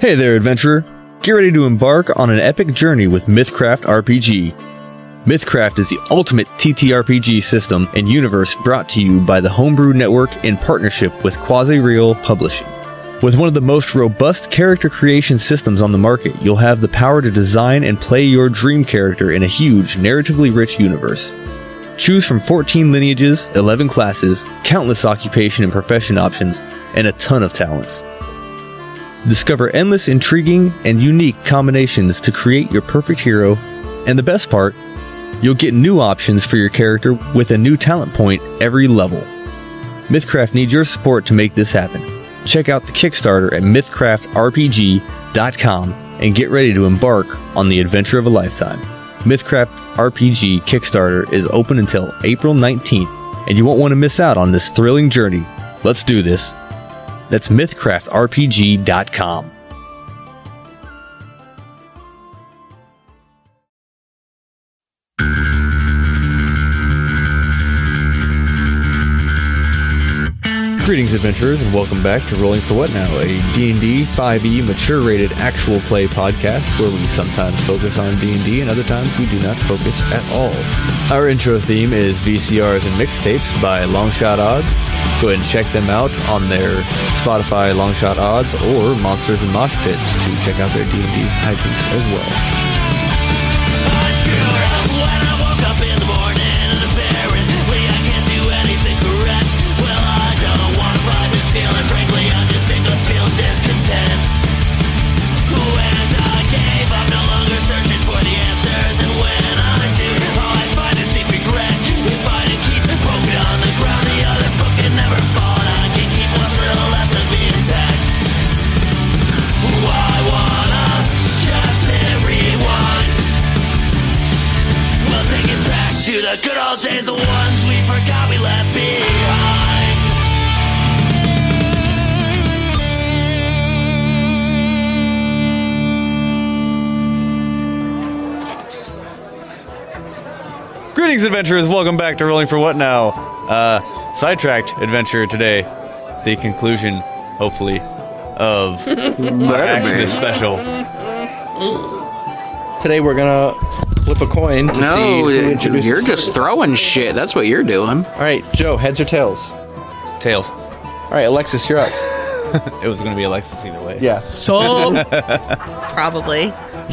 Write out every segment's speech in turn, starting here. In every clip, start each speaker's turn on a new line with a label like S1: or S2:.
S1: Hey there, adventurer! Get ready to embark on an epic journey with Mythcraft RPG. Mythcraft is the ultimate TTRPG system and universe brought to you by the Homebrew Network in partnership with Quasi Real Publishing. With one of the most robust character creation systems on the market, you'll have the power to design and play your dream character in a huge, narratively rich universe. Choose from 14 lineages, 11 classes, countless occupation and profession options, and a ton of talents. Discover endless, intriguing, and unique combinations to create your perfect hero, and the best part, you'll get new options for your character with a new talent point every level. Mythcraft needs your support to make this happen. Check out the Kickstarter at mythcraftrpg.com and get ready to embark on the adventure of a lifetime. Mythcraft RPG Kickstarter is open until April 19th, and you won't want to miss out on this thrilling journey. Let's do this. That's mythcraftrpg.com. Greetings, adventurers, and welcome back to Rolling for What Now, a D&D 5e mature-rated E actual play podcast where we sometimes focus on D&D and other times we do not focus at all. Our intro theme is VCRs and mixtapes by Longshot Odds. Go ahead and check them out on their Spotify Longshot Odds or Monsters and Mosh Pits to check out their D&D hijinks as well.
S2: I screw up when I woke up in the morning and apparently I can't do anything correct. Well, I don't want to find this feeling. Frankly, I'm just sick of feeling discontent. When I gave, I'm no longer searching for the answers. And when I do, all I find is deep regret. If I didn't keep the broken on the ground, the other fucking never fought. I can keep what's little left of me intact. I wanna just hit rewind. We'll take it back to the good old days, the ones we forgot we left behind.
S1: Greetings, adventurers! Welcome back to Rolling for What Now. Uh, sidetracked adventure today. The conclusion, hopefully, of our Axmas special.
S3: Today we're gonna flip a coin to
S4: No,
S3: see who introduces.
S4: you're just throwing shit. That's what you're doing.
S3: All right, Joe, heads or tails?
S1: Tails.
S3: All right, Alexis, you're up.
S1: It was going to be Alexis either way.
S3: Yeah.
S5: So probably.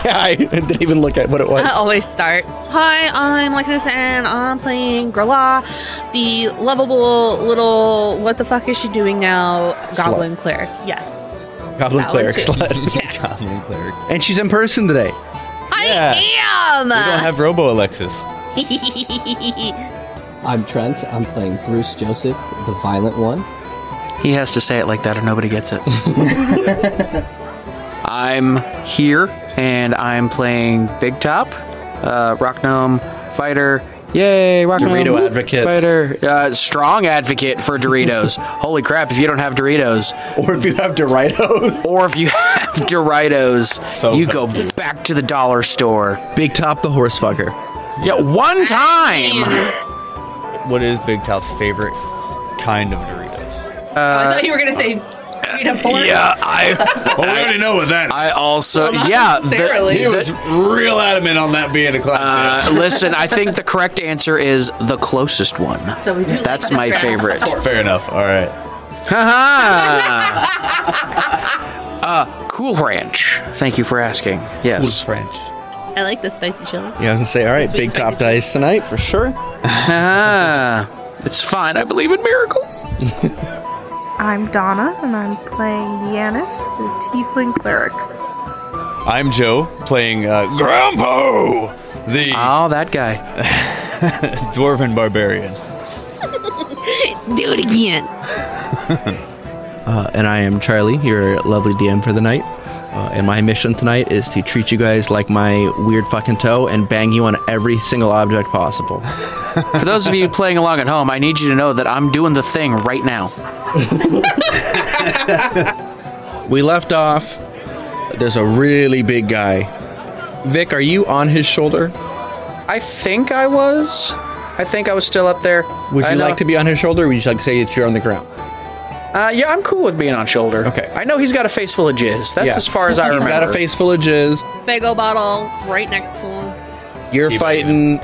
S3: Yeah, I didn't even look at what it was.
S5: I always start. Hi, I'm Lexus and I'm playing Grala, the lovable little what the fuck is she doing now? Goblin cleric. Yeah.
S3: Goblin
S5: that one
S3: cleric
S5: too.
S3: slut.
S5: Yeah.
S1: Common cleric.
S3: And she's in person today.
S5: I am
S1: We don't have Robo Alexis.
S6: I'm Trent. I'm playing Bruce Joseph, the violent one.
S4: He has to say it like that or nobody gets it. I'm here and I'm playing Big Top, uh, Rock Gnome Fighter. Yay, Rock
S3: Dorito
S4: Gnome
S3: advocate.
S4: Fighter. Uh, strong advocate for Doritos. Holy crap, if you don't have Doritos,
S3: Or if you have Doritos.
S4: or if you have Doritos, you go back to the dollar store.
S3: Big Top the horse fucker.
S4: Yeah, one time!
S1: What is Big Top's favorite kind of Doritos?
S5: I thought you were gonna say Rita Porn.
S4: Yeah, I,
S1: Well, we already know what that
S4: I also,
S5: Well, not
S4: yeah, the-
S5: necessarily.
S4: the-
S1: real adamant on that being a class.
S4: Uh, listen, I think the correct answer is the closest one.
S5: So we do like
S4: That's
S5: the
S4: my
S5: trap.
S4: favorite.
S1: Fair enough. Uh, All right.
S4: Haha. uh, Cool Ranch. Thank you for asking. Yes.
S1: French.
S5: I like the spicy chili.
S3: Yeah, I was gonna say, all right,
S5: Sweet
S3: Big
S5: spicy
S3: Top
S5: chicken.
S3: dice tonight for sure.
S4: Haha. Uh, It's fine. I believe in miracles.
S7: I'm Donna, and I'm playing Yanis, the Tiefling Cleric.
S1: I'm Joe playing uh, Grandpa, the
S5: Uh.
S4: Oh, that guy.
S1: dwarven barbarian.
S5: Do it again.
S3: Uh, and I am Charlie, your lovely DM for the night. Uh, and my mission tonight is to treat you guys like my weird fucking toe and bang you on every single object possible.
S4: For those of you playing along at home, I need you to know that I'm doing the thing right now.
S3: We left off. There's a really big guy. Vic, are you on his shoulder?
S4: I think I was. I think I was still up there.
S3: Would you like to be on his shoulder, or would you like to say that you're on the ground?
S4: Uh, yeah, I'm cool with being on shoulder.
S3: Okay.
S4: I know he's got a face full of jizz. That's
S3: Yeah.
S4: as far as I
S3: He's
S4: remember.
S3: got a face full of jizz.
S5: Fago bottle right next to him.
S3: You're
S1: Keep it.
S3: fighting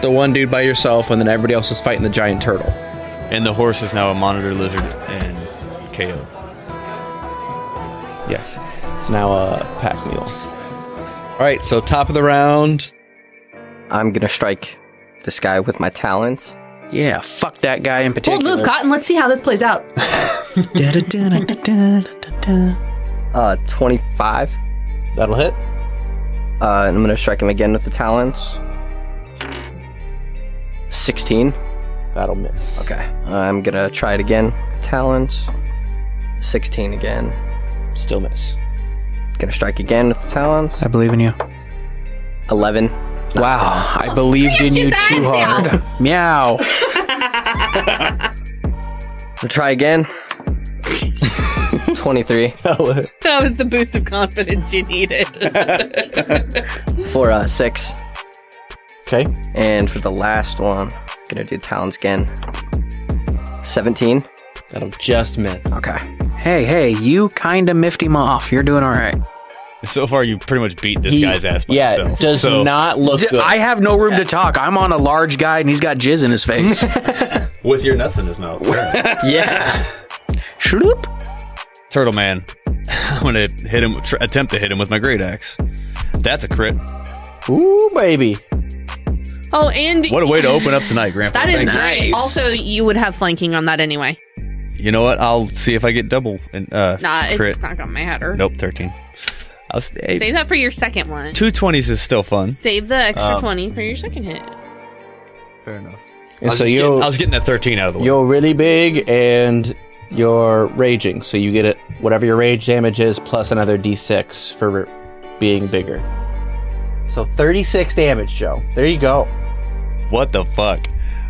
S3: the one dude by yourself, and then everybody else is fighting the giant turtle.
S1: And the horse is now a monitor lizard and KO.
S3: Yes. It's now a pack mule. All right, so top of the round.
S6: I'm gonna strike this guy with my talons.
S4: Yeah, fuck that guy in particular.
S5: Bold move, Cotton. Let's see how this plays out.
S6: Uh, 25.
S3: That'll hit.
S6: Uh, and I'm gonna strike him again with the talons. 16.
S3: That'll miss.
S6: Okay. I'm gonna try it again with the talons. 16 again.
S3: Still miss.
S6: Gonna strike again with the talons.
S4: I believe in you.
S6: 11.
S4: Wow, I believed in you
S5: guys
S4: too hard. Meow.
S6: We'll try again. 23
S5: That was the boost of confidence you needed.
S6: for uh, 6.
S3: Okay.
S6: And for the last one, gonna do talons again. 17.
S3: That'll just miss.
S6: Okay.
S4: Hey, hey, you kind of miffed him off. You're doing all right.
S1: So far, you pretty much beat this guy's ass. By
S3: yeah,
S1: yourself.
S3: does
S1: So-
S3: not look
S4: D-
S3: good.
S4: I have no room to talk. I'm on a large guy and he's got jizz in his face.
S1: with your nuts in his mouth.
S6: Yeah.
S4: Shloop.
S1: Turtle man, I'm gonna hit him. Tr- attempt to hit him with my great axe. That's a crit.
S3: Ooh, baby.
S5: oh, and
S1: What a way to open up tonight, Grandpa.
S5: that
S1: Thank
S5: is
S1: you.
S5: nice.
S4: Nice.
S5: Also, you would have flanking on that anyway.
S1: You know what? I'll see if I get double and uh,
S5: Nah,
S1: crit.
S5: it's not gonna matter.
S1: Nope, thirteen. I'll, s- hey,
S5: Save that for your second one.
S1: Two twenties is still fun.
S5: Save the
S3: Um,
S5: extra 20 for your second hit.
S1: Fair enough. I
S3: And
S1: was,
S3: so
S1: just getting, I
S3: you're
S1: was getting that thirteen out of the way.
S3: you're really big, and you're raging, so you get it whatever your rage damage is plus another d6 for being bigger. So 36 damage, Joe. There you go.
S1: What the fuck?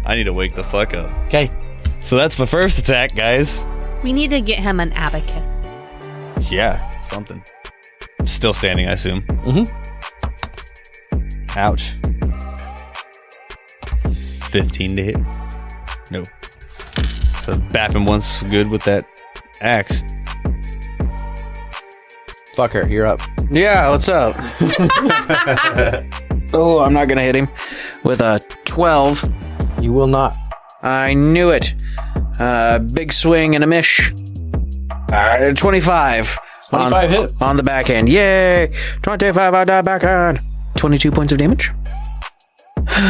S1: I need to wake the fuck up.
S3: Okay.
S1: So that's my first attack, guys.
S5: We need to get him an abacus.
S1: Yeah, something. Still standing, I assume. Mm-hmm. Ouch. Fifteen to hit. No. So bap him once good with that axe.
S3: Fucker, you're up.
S4: Yeah, what's up? oh, I'm not going to hit him with a 12.
S3: You will not.
S4: I knew it. Uh, big swing and a mish. Uh, 25.
S3: 25
S4: on,
S3: hits.
S4: On the back end. Yay! 25 on the back end. 22 points of damage. Can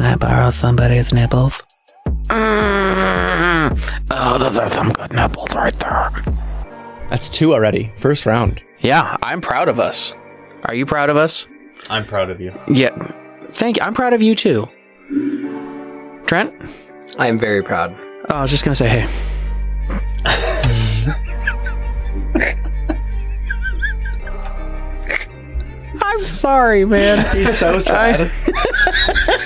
S4: I borrow somebody's nipples? Mm. Oh, those are some good nipples right there.
S3: That's two already. First round.
S4: Yeah, I'm proud of us. Are you proud of us?
S1: I'm proud of you.
S4: Yeah. Thank you. I'm proud of you too. Trent?
S6: I am very proud.
S4: Oh, I was just gonna say, hey. I'm sorry, man.
S3: He's so sad.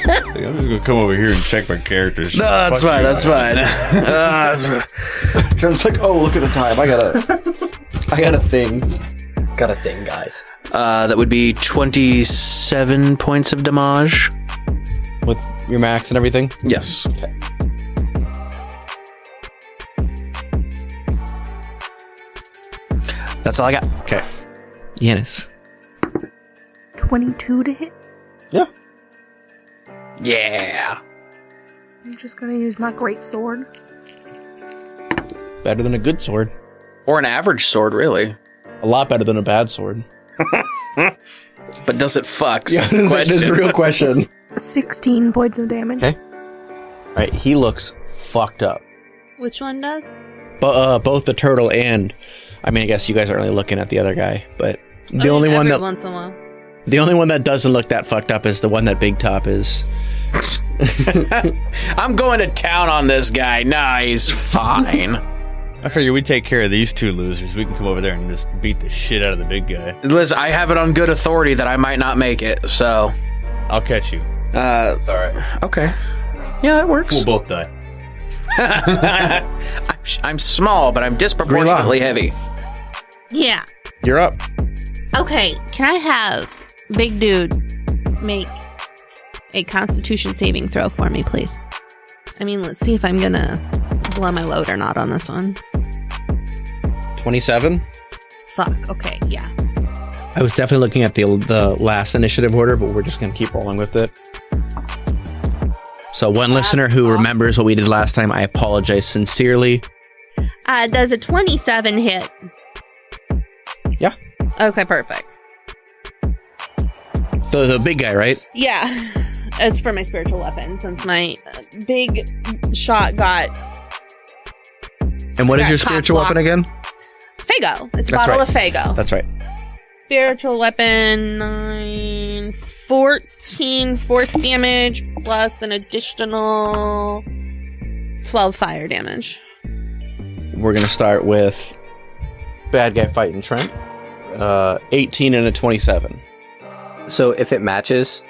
S1: I'm just gonna come over here and check my characters.
S4: No, that's fine. That's fine. Uh, that's fine.
S3: Trent's like, oh, look at the time. I got a, I got a thing.
S6: Got a thing, guys.
S4: Uh, that would be 27 points of damage.
S3: With your max and everything.
S4: Yes. That's all I got.
S3: Okay. Yanis.
S7: 22 to hit.
S3: Yeah.
S4: Yeah.
S7: I'm just gonna use my great sword.
S3: Better than a good sword.
S4: Or an average sword, really.
S3: A lot better than a bad sword.
S4: But does it fuck?
S3: that is the real question.
S7: 16 points of damage.
S3: Okay. All right, he looks fucked up.
S5: Which one does?
S3: But uh, both the turtle and, I mean, I guess you guys aren't really looking at the other guy, but the
S5: I mean,
S3: only one
S5: every
S3: that
S5: once in a while.
S3: the only one that doesn't look that fucked up is the one that Big Top is.
S4: I'm going to town on this guy. Nah, he's fine.
S1: I figure we take care of these two losers. We can come over there and just beat the shit out of the big guy.
S4: Listen, I have it on good authority that I might not make it, so.
S1: I'll catch you.
S4: Uh,
S1: It's alright.
S4: okay. Yeah, that works.
S1: We'll both die.
S4: I'm, sh- I'm small, but I'm disproportionately heavy.
S5: Yeah.
S3: You're up.
S5: Okay, can I have Big Dude make a constitution saving throw for me, please? I mean, let's see if I'm gonna blow my load or not on this one.
S3: 27.
S5: Fuck. Okay. Yeah.
S3: I was definitely looking at the the last initiative order, but we're just gonna keep rolling with it. So one listener who remembers what we did last time, I apologize sincerely.
S5: Uh, does a 27 hit?
S3: Yeah.
S5: Okay. Perfect.
S3: The the big guy, right?
S5: Yeah. It's for my spiritual weapon since my uh, big shot got
S3: And what is
S5: Got
S3: your
S5: cock
S3: spiritual weapon again?
S5: Fago. It's a
S3: That's
S5: bottle
S3: right.
S5: of Fago.
S3: That's right.
S5: spiritual weapon, 9, 14 force damage, plus an additional 12 fire damage.
S3: We're gonna start with bad guy fighting Trent. Uh, 18 and a 27
S6: So if it matches,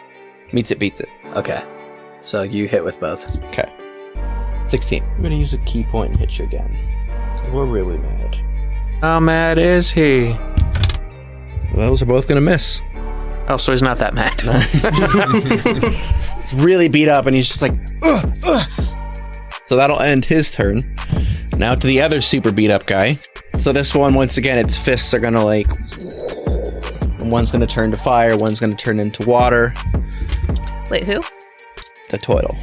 S3: meets it, beats it.
S6: okay. So you hit with both.
S3: Okay. 16. I'm gonna use a key point and hit you again. We're really mad.
S4: How mad is he?
S3: Those are both gonna miss.
S4: Oh, so he's not that mad.
S3: He's really beat up and he's just like, "Ugh, ugh." So that'll end his turn. Now to the other super beat up guy. So this one, once again, its fists are gonna like. and One's gonna turn to fire, one's gonna turn into water,
S5: Wait, who?
S3: the total.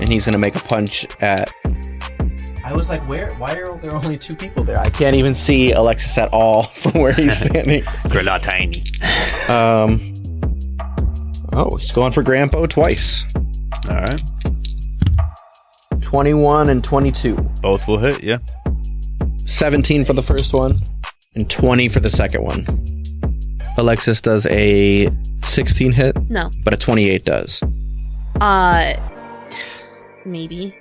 S3: And he's gonna make a punch at. I was like, where? Why are there only two people there? I can't even see Alexis at all from where he's standing.
S1: Gorilla tiny.
S3: Um. Oh, he's going for Grandpo twice.
S1: All right.
S3: 21 and 22.
S1: Both will hit, yeah.
S3: 17 for the first one and 20 for the second one. Alexis does a 16 hit,
S5: No.
S3: but a 28 does.
S5: Uh, maybe.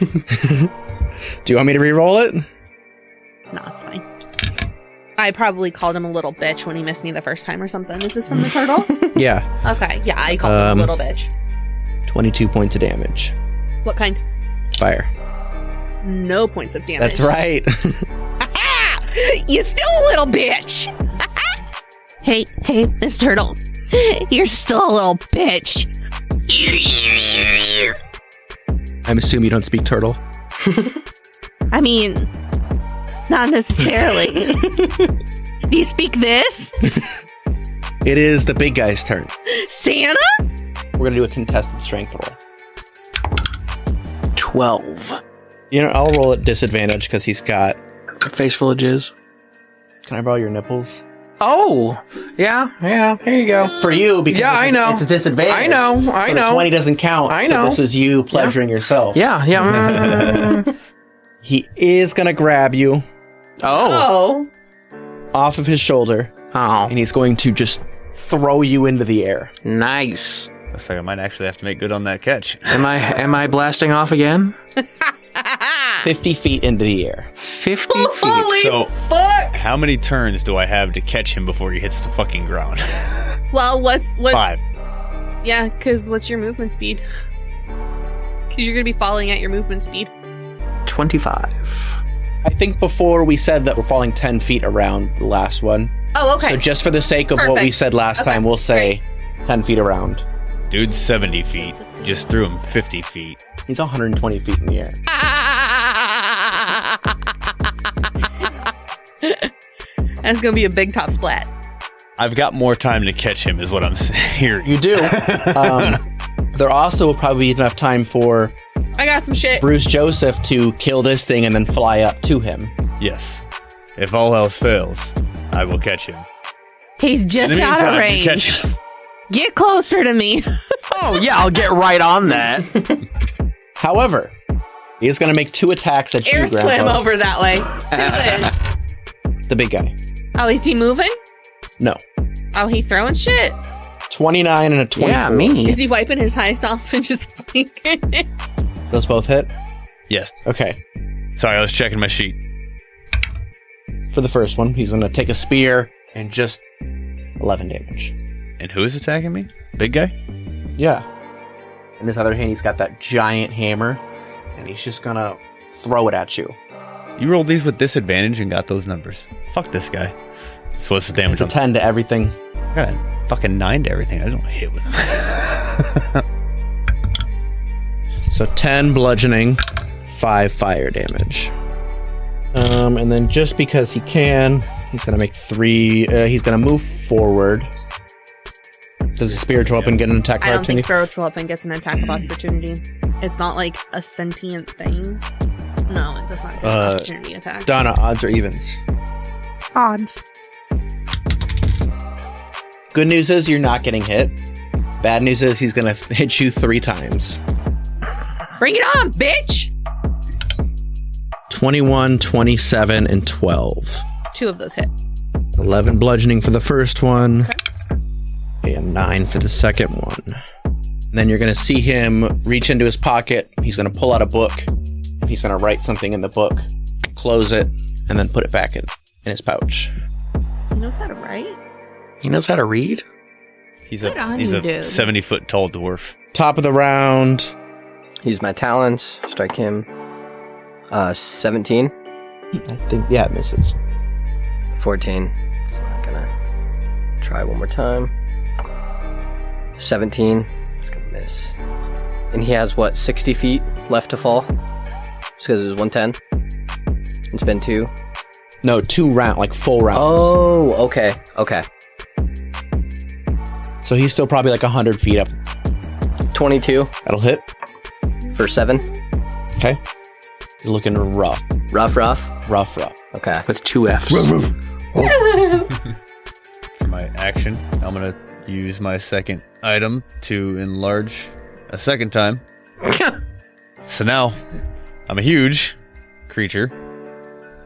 S3: Do you want me to re-roll it?
S5: No, it's fine. I probably called him a little bitch when he missed me the first time or something. Is this from the turtle?
S3: Yeah.
S5: okay, yeah, I called him
S3: Um,
S5: a little bitch.
S3: 22 points of damage.
S5: What kind?
S3: Fire.
S5: No points of damage. Ah!
S3: That's right.
S5: you still a little bitch. hey, hey, Miss Turtle. You're still a little bitch.
S3: I'm assuming you don't speak turtle.
S5: I mean, not necessarily. Do you speak this?
S3: It is the big guy's turn.
S5: Santa?
S3: We're going to do a contested strength roll.
S4: 12.
S3: You know, I'll roll at disadvantage because he's got.
S4: Face full of jizz.
S3: Can I borrow your nipples?
S4: Oh, yeah, yeah. Here you go.
S3: For you, because
S4: Yeah, I
S3: it's a-
S4: know.
S3: it's a disadvantage.
S4: I know, I
S3: So the
S4: know.
S3: 20 doesn't count.
S4: I
S3: so
S4: know.
S3: this is you pleasuring yourself.
S4: Yeah, yeah. mm.
S3: He is going to grab you
S5: Oh.
S4: oh.
S3: off of his shoulder.
S4: Oh,
S3: and he's going to just throw you into the air.
S4: nice.
S1: Looks like I might actually have to make good on that catch.
S4: Am I am I blasting off again?
S3: 50 feet into the air.
S4: 50 feet.
S1: so, how many turns do I have to catch him before he hits the fucking ground?
S5: Well, what's what?
S1: Five.
S5: Yeah, because what's your movement speed? Because you're going to be falling at your movement speed.
S4: 25.
S3: I think before we said that we're falling 10 feet around the last one.
S5: Oh, okay.
S3: So, just for the sake of what we
S5: Perfect.
S3: said last
S5: Okay,
S3: time, we'll say 10 feet around.
S1: Dude's 70 feet. Just threw him 50 feet.
S3: He's 120 feet in the air.
S5: That's going to be a big top splat.
S1: I've got more time to catch him, is what I'm hearing.
S3: You do. um, there also will probably be enough time for
S5: I got some shit.
S3: Bruce Joseph to kill this thing and then fly up to him.
S1: Yes. If all else fails, I will catch him.
S5: He's just
S1: In the
S5: out
S1: meantime,
S5: of
S1: you
S5: range.
S1: catch him.
S5: Get closer to me.
S4: Oh, yeah, I'll get right on that.
S3: However, he is going to make two attacks at
S5: Air
S3: you,
S5: swim
S3: Grandpa.
S5: over that way. Who is?
S3: The big guy.
S5: Oh, is he moving?
S3: No.
S5: Oh, he throwing shit.
S3: 29 and a 24.
S4: Yeah, me.
S5: Is he wiping his eyes off and just blinking?
S3: Those both hit?
S1: Yes.
S3: Okay.
S1: Sorry, I was checking my sheet.
S3: for the first one. He's gonna take a spear and just eleven damage.
S1: And who is attacking me? Big guy?
S3: Yeah. In his other hand, he's got that giant hammer, and he's just gonna throw it at you.
S1: You rolled these with disadvantage and got those numbers. Fuck this guy. So what's the damage
S3: It's a
S1: on
S3: ten to everything.
S1: I got a fucking nine to everything. I don't hit with him.
S3: So 10 bludgeoning, 5 fire damage. Um, and then just because he can, he's going to make 3. Uh, he's going to move forward. Does the spiritual weapon get an attack
S5: I don't think
S3: opportunity?
S5: spiritual weapon gets an attack of opportunity. It's not like a sentient thing. No, it does not get
S3: Uh,
S5: an opportunity attack.
S3: Donna, odds or evens?
S7: Odds.
S3: Good news is you're not getting hit. Bad news is he's going to hit you 3 times.
S5: Bring it on, bitch!
S3: 21, 27, and 12.
S5: Two of those hit.
S3: 11 bludgeoning for the first one, and 9 for the second one. And then you're going to see him reach into his pocket. He's going to pull out a book. and He's going to write something in the book, close it, and then put it back in, in his pouch.
S5: You know, is that right?
S4: He knows how to read.
S1: He's
S5: Good
S1: a
S5: on
S1: he's
S5: you,
S1: a
S5: dude.
S1: seventy foot tall dwarf.
S3: Top of the round.
S6: Use my talons. Strike him. Uh, 17.
S3: I think, yeah, it misses.
S6: 14. So I'm gonna try one more time. 17. It's gonna miss. And he has what, 60 feet left to fall? Just because it was 110. It's been two.
S3: No, two round, like full rounds.
S6: Oh, okay. Okay.
S3: So he's still probably like 100 feet up.
S6: 22
S3: That'll hit.
S6: for seven.
S3: Okay. He's looking rough,
S6: Rough, rough.
S3: rough, rough.
S6: Okay.
S4: With two F's.
S1: For my action, I'm gonna use my second item to enlarge a second time. so now I'm a huge creature.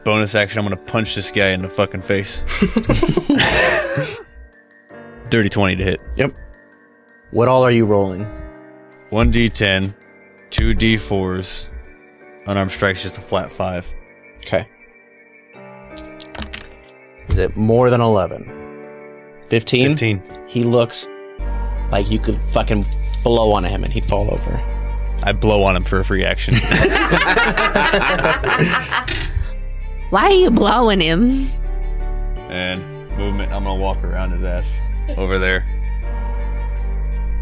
S1: Bonus action, I'm gonna punch this guy in the fucking face. Dirty twenty to hit.
S3: What all are you rolling?
S1: One D10, two D4s. Unarmed strike's just a flat five.
S3: Okay. Is it more than 11? 15?
S1: Fifteen.
S3: He looks like you could fucking blow on him and he'd fall over.
S1: I blow on him for a free action.
S5: Why are you blowing him?
S1: and movement, I'm gonna walk around his ass over there.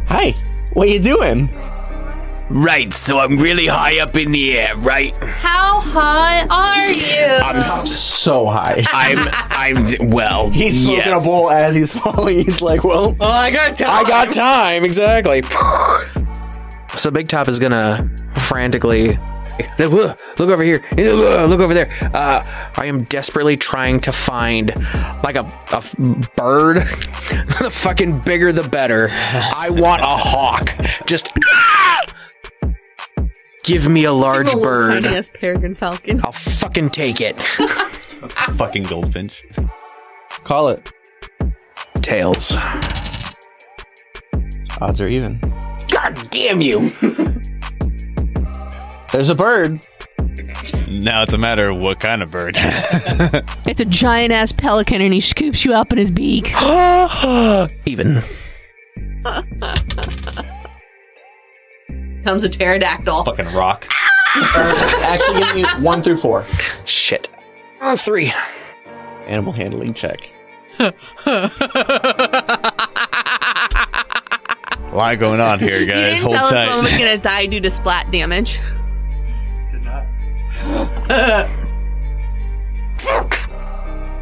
S3: Hi, what you doing?
S4: Right, so I'm really high up in the air, right?
S5: How high are you?
S4: I'm,
S3: So high.
S4: I'm, I'm, well.
S3: He's smoking
S4: yes.
S3: a bowl as he's falling. He's like, well,
S4: Well, I got time. I got time, exactly. so Big Top is gonna frantically look over here, look over there. Uh, I am desperately trying to find like a, a f- bird. the fucking bigger the better. I want a hawk. Just give me a large
S5: Little
S4: bird.
S5: Tiniest peregrine falcon.
S4: I'll fucking take it.
S1: Fucking goldfinch.
S3: call it.
S4: Tails.
S3: Odds are even.
S4: God damn you.
S3: There's a bird.
S1: Now it's a matter of what kind of bird.
S5: It's a giant ass pelican, and he scoops you up in his beak.
S4: Even.
S5: Comes a pterodactyl.
S1: Fucking rock.
S3: Actually, give me one through four.
S4: Shit. Oh, three.
S3: Animal handling check.
S1: A lot going on here,
S5: You
S1: guys.
S5: didn't
S1: Hold
S5: tell us one was
S1: tight.
S5: gonna die due to splat damage.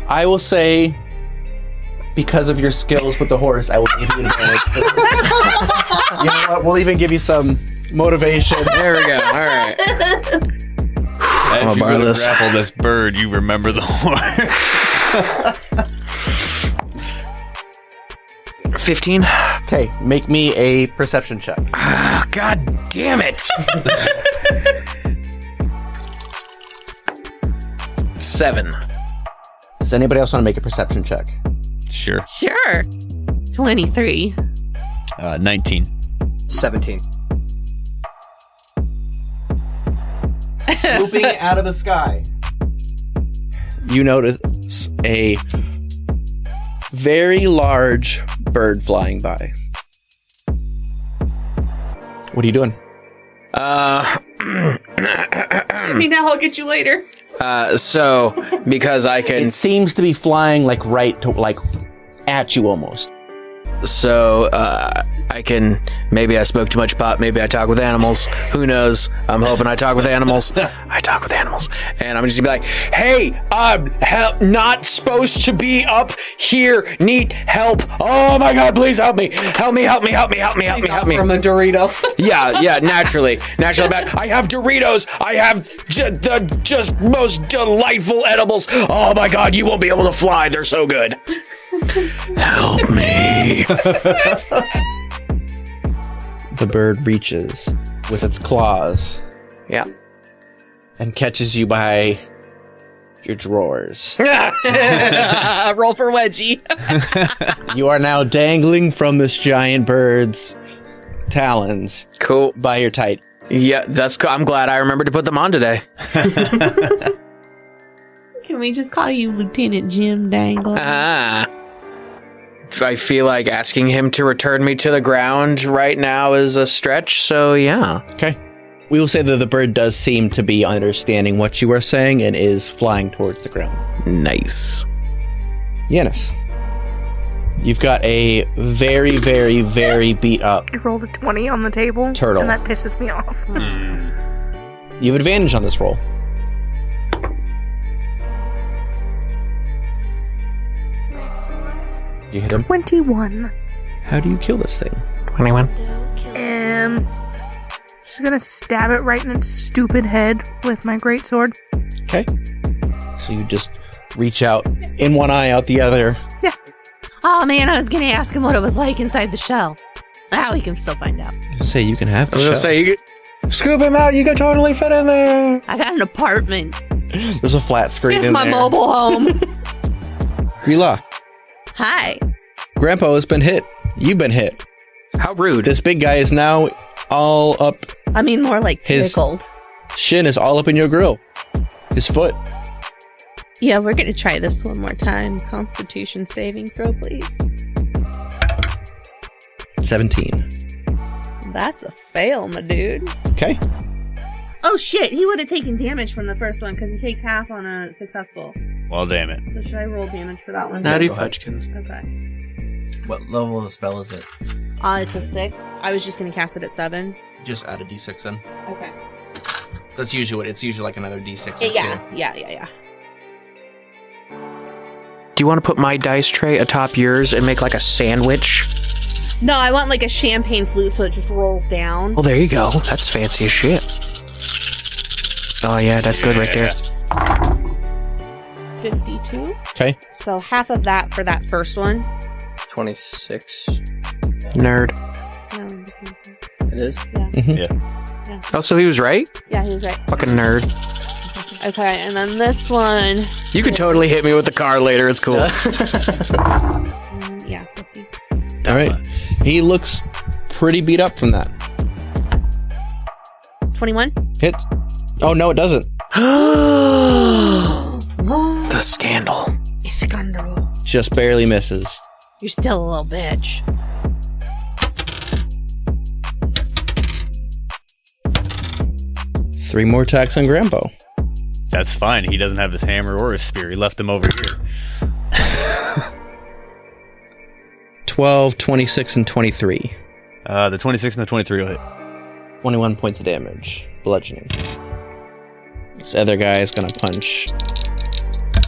S3: I will say, because of your skills with the horse, I will give you advantage. for this. you know what? We'll even give you some motivation.
S4: There we go. All right.
S1: As you
S4: borrow
S1: go to
S4: this.
S1: grapple this bird, you remember the horn.
S4: 15.
S3: Okay, make me a perception check.
S4: God damn it. Seven.
S3: Does anybody else want to make a perception check?
S1: sure.
S5: Sure. Twenty three.
S1: Uh, 19.
S6: 17.
S3: swooping out of the sky. You notice a very large bird flying by. What are you doing?
S4: Uh,
S5: I mean, I'll get you later.
S4: uh, so because I can,
S3: It seems to be flying like right to like at you almost.
S4: so uh, I can. Maybe I smoke too much pot. Maybe I talk with animals. Who knows? I'm hoping I talk with animals. I talk with animals, and I'm just gonna be like, "Hey, I'm help, not supposed to be up here. Need help? Oh my God! Please help me! Help me! Help me! Help me! Help me! Help me! Help me!"
S6: From a Dorito.
S4: Yeah, yeah, naturally, naturally. Back. I have Doritos. I have j- the just most delightful edibles. Oh my god, you won't be able to fly. They're so good. Help me.
S3: The bird reaches with its claws
S4: Yeah.
S3: and catches you by your drawers.
S5: Uh, roll for wedgie.
S3: you are now dangling from this giant bird's talons
S4: Cool.
S3: by your tight.
S4: Yeah, that's. Cool. I'm glad I remembered to put them on today.
S5: Can we just call you Lieutenant Jim Dangle?
S4: Ah. I feel like asking him to return me to the ground right now is a stretch. So yeah.
S3: Okay. We will say that the bird does seem to be understanding what you are saying and is flying towards the ground.
S4: Nice.
S3: Yanis, you've got a very, very, very beat up.
S7: I rolled a 20 on the table.
S3: Turtle.
S7: And that pisses me off.
S3: You have advantage on this roll. You hit him.
S7: 21.
S3: How do you kill this thing?
S4: Anyone?
S7: Um, just gonna stab it right in its stupid head with my greatsword.
S3: Okay. So you just reach out in one eye, out the other.
S5: Oh man, I was gonna ask him what it was like inside the shell. Now we can still find out.
S3: Say you can have.
S4: I was gonna say you could scoop him out. You can totally fit in there.
S5: I got an apartment.
S3: there's a flat screen
S5: It's
S3: in
S5: my
S3: there.
S5: mobile home.
S3: Grilla,
S5: Hi.
S3: Grandpa has been hit. You've been hit.
S4: How rude.
S3: This big guy is now all up.
S5: I mean, more like
S3: His-
S5: tickled.
S3: Shin is all up in your grill. His foot.
S5: Yeah, we're gonna try this one more time. Constitution saving throw, please.
S3: Seventeen.
S5: That's a fail, my dude.
S3: Okay.
S5: Oh shit, he would have taken damage from the first one because he takes half on a successful.
S1: Well, damn it.
S5: So should I roll damage for that
S3: e-
S5: one?
S4: Howdy, Fudgekins.
S5: Okay.
S6: what level of spell is it?
S5: Uh, it's a six. I was just gonna cast it at seven.
S6: Just add a d6 in.
S5: Okay.
S6: That's usually what it's usually like another d6.
S5: Yeah, yeah, yeah, yeah.
S4: Do you want to put my dice tray atop yours and make like a sandwich?
S5: No, I want like a champagne flute so it just rolls down.
S4: Well, there you go. That's fancy as shit. Oh yeah, that's good right there.
S5: 52.
S3: Okay.
S5: So half of that for that first one.
S6: 26.
S4: Nerd.
S5: No,
S6: It is?
S4: Oh, so he was right.
S5: yeah, he was right.
S4: Fucking nerd.
S5: Okay, and then this one.
S4: You could totally hit me with the car later. It's cool.
S5: mm, Yeah, 50.
S3: All right. He looks pretty beat up from that.
S5: 21.
S3: Hits. Oh no, it doesn't.
S4: the scandal.
S5: Iskandar.
S3: Just barely misses.
S5: You're still a little bitch.
S3: Three more attacks on Grandpa.
S1: That's fine. He doesn't have his hammer or his spear. He left them over here.
S3: 12, 26, and 23.
S1: Uh, the 26 and the 23 will hit.
S3: 21 points of damage. Bludgeoning. This other guy is going to punch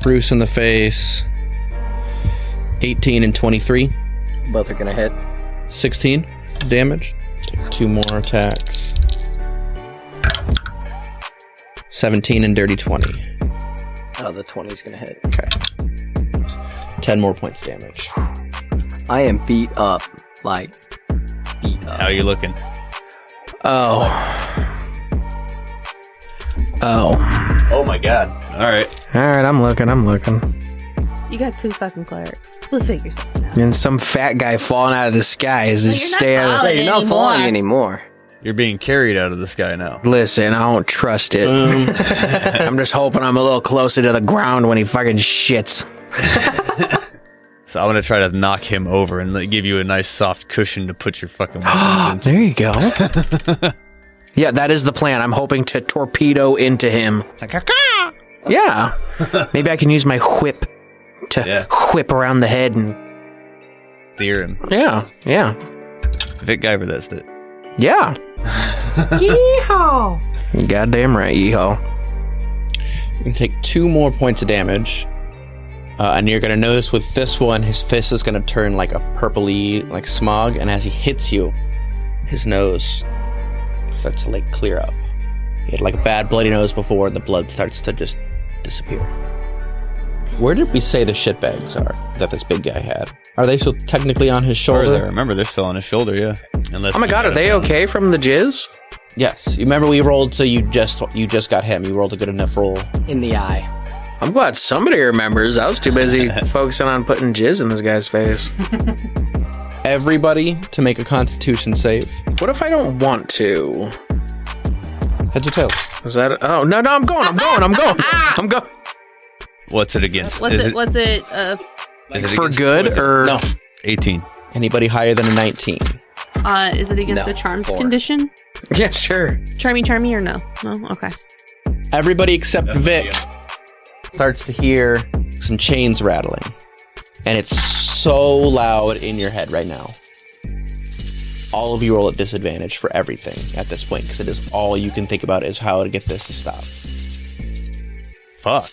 S3: Bruce in the face. 18 and 23.
S6: Both are gonna hit.
S3: 16 damage. Take two more attacks. 17 and dirty 20.
S6: Oh, the 20's gonna hit.
S3: 10 more points damage.
S6: I am beat up. Like, beat up.
S1: How you looking?
S4: Oh. Oh.
S1: Oh my god. All right.
S4: All right, I'm looking. I'm looking.
S5: You got two fucking clerics. We'll figure something out.
S4: And some fat guy falling out of the sky is just
S5: Well, you're not
S4: staring.
S5: falling.
S6: Hey, you're not
S5: anymore.
S6: falling anymore.
S1: You're being carried out of the sky now.
S4: Listen, I don't trust it. I'm just hoping I'm a little closer to the ground when he fucking shits.
S1: So I'm gonna try to knock him over and let- give you a nice soft cushion to put your fucking weapons in.
S4: There you go. yeah, that is the plan. I'm hoping to torpedo into him.
S1: "Ah!"
S4: yeah. Maybe I can use my whip to
S1: Yeah.
S4: whip around the head and
S1: Steer him.
S4: yeah, yeah.
S1: Vic Guyver, that's it.
S4: Yeah.
S7: Yeehaw!
S4: Goddamn right, yeehaw.
S3: You can take two more points of damage. Uh, and you're gonna notice with this one, his fist is gonna turn like a purpley, like smog, and as he hits you, his nose starts to like clear up. He had like a bad bloody nose before, and the blood starts to just disappear. Where did we say the shitbags are that this big guy had? Are they still technically on
S1: As
S3: his
S1: I
S3: shoulder?
S1: remember, they're still on his shoulder, yeah. Unless
S4: Oh my
S1: he
S4: god,
S1: got
S4: are
S1: it
S4: they
S1: done.
S4: okay from the jizz?
S3: Yes. You remember we rolled, so you just you just got him. You rolled a good enough roll.
S6: in the eye.
S4: I'm glad somebody remembers. I was too busy focusing on putting jizz in this guy's face.
S3: Everybody to make a Constitution save.
S4: What if I don't want to?
S3: Heads or tails?
S4: Is that? Oh no, no, I'm going, I'm going, I'm going, I'm going.
S1: What's it against?
S5: What's
S1: Is
S5: it? What's it? Uh,
S1: is it
S4: For
S1: against- what
S4: good
S1: is it?
S4: or
S3: No.
S1: 18.
S3: Anybody higher than a 19?
S5: uh, is it against
S6: No,
S5: the charmed
S6: four.
S5: condition?
S4: Yeah, sure.
S5: Charmy, charmy, or no? No. Okay.
S3: Everybody except Vic starts to hear some chains rattling. And it's so loud in your head right now. All of you roll at disadvantage for everything at this point because it is all you can think about is how to get this to stop.
S1: Fuck.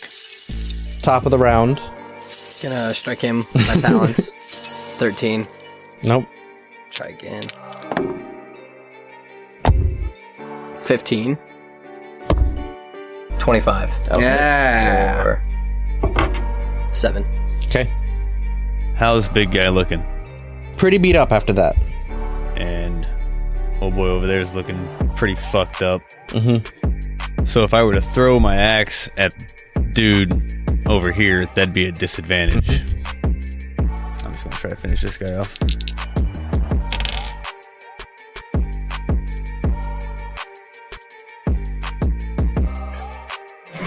S3: Top of the round.
S6: Gonna uh, strike him with my talons. 13.
S3: Nope.
S6: Try again. 15. 25. Okay.
S4: Yeah.
S6: Four. 7.
S3: Okay.
S1: How's big guy looking?
S3: Pretty beat up after that.
S1: And old boy over there is looking pretty fucked up. Mm-hmm. So if I were to throw my axe at dude over here, that'd be a disadvantage. I'm just gonna try to finish this guy off.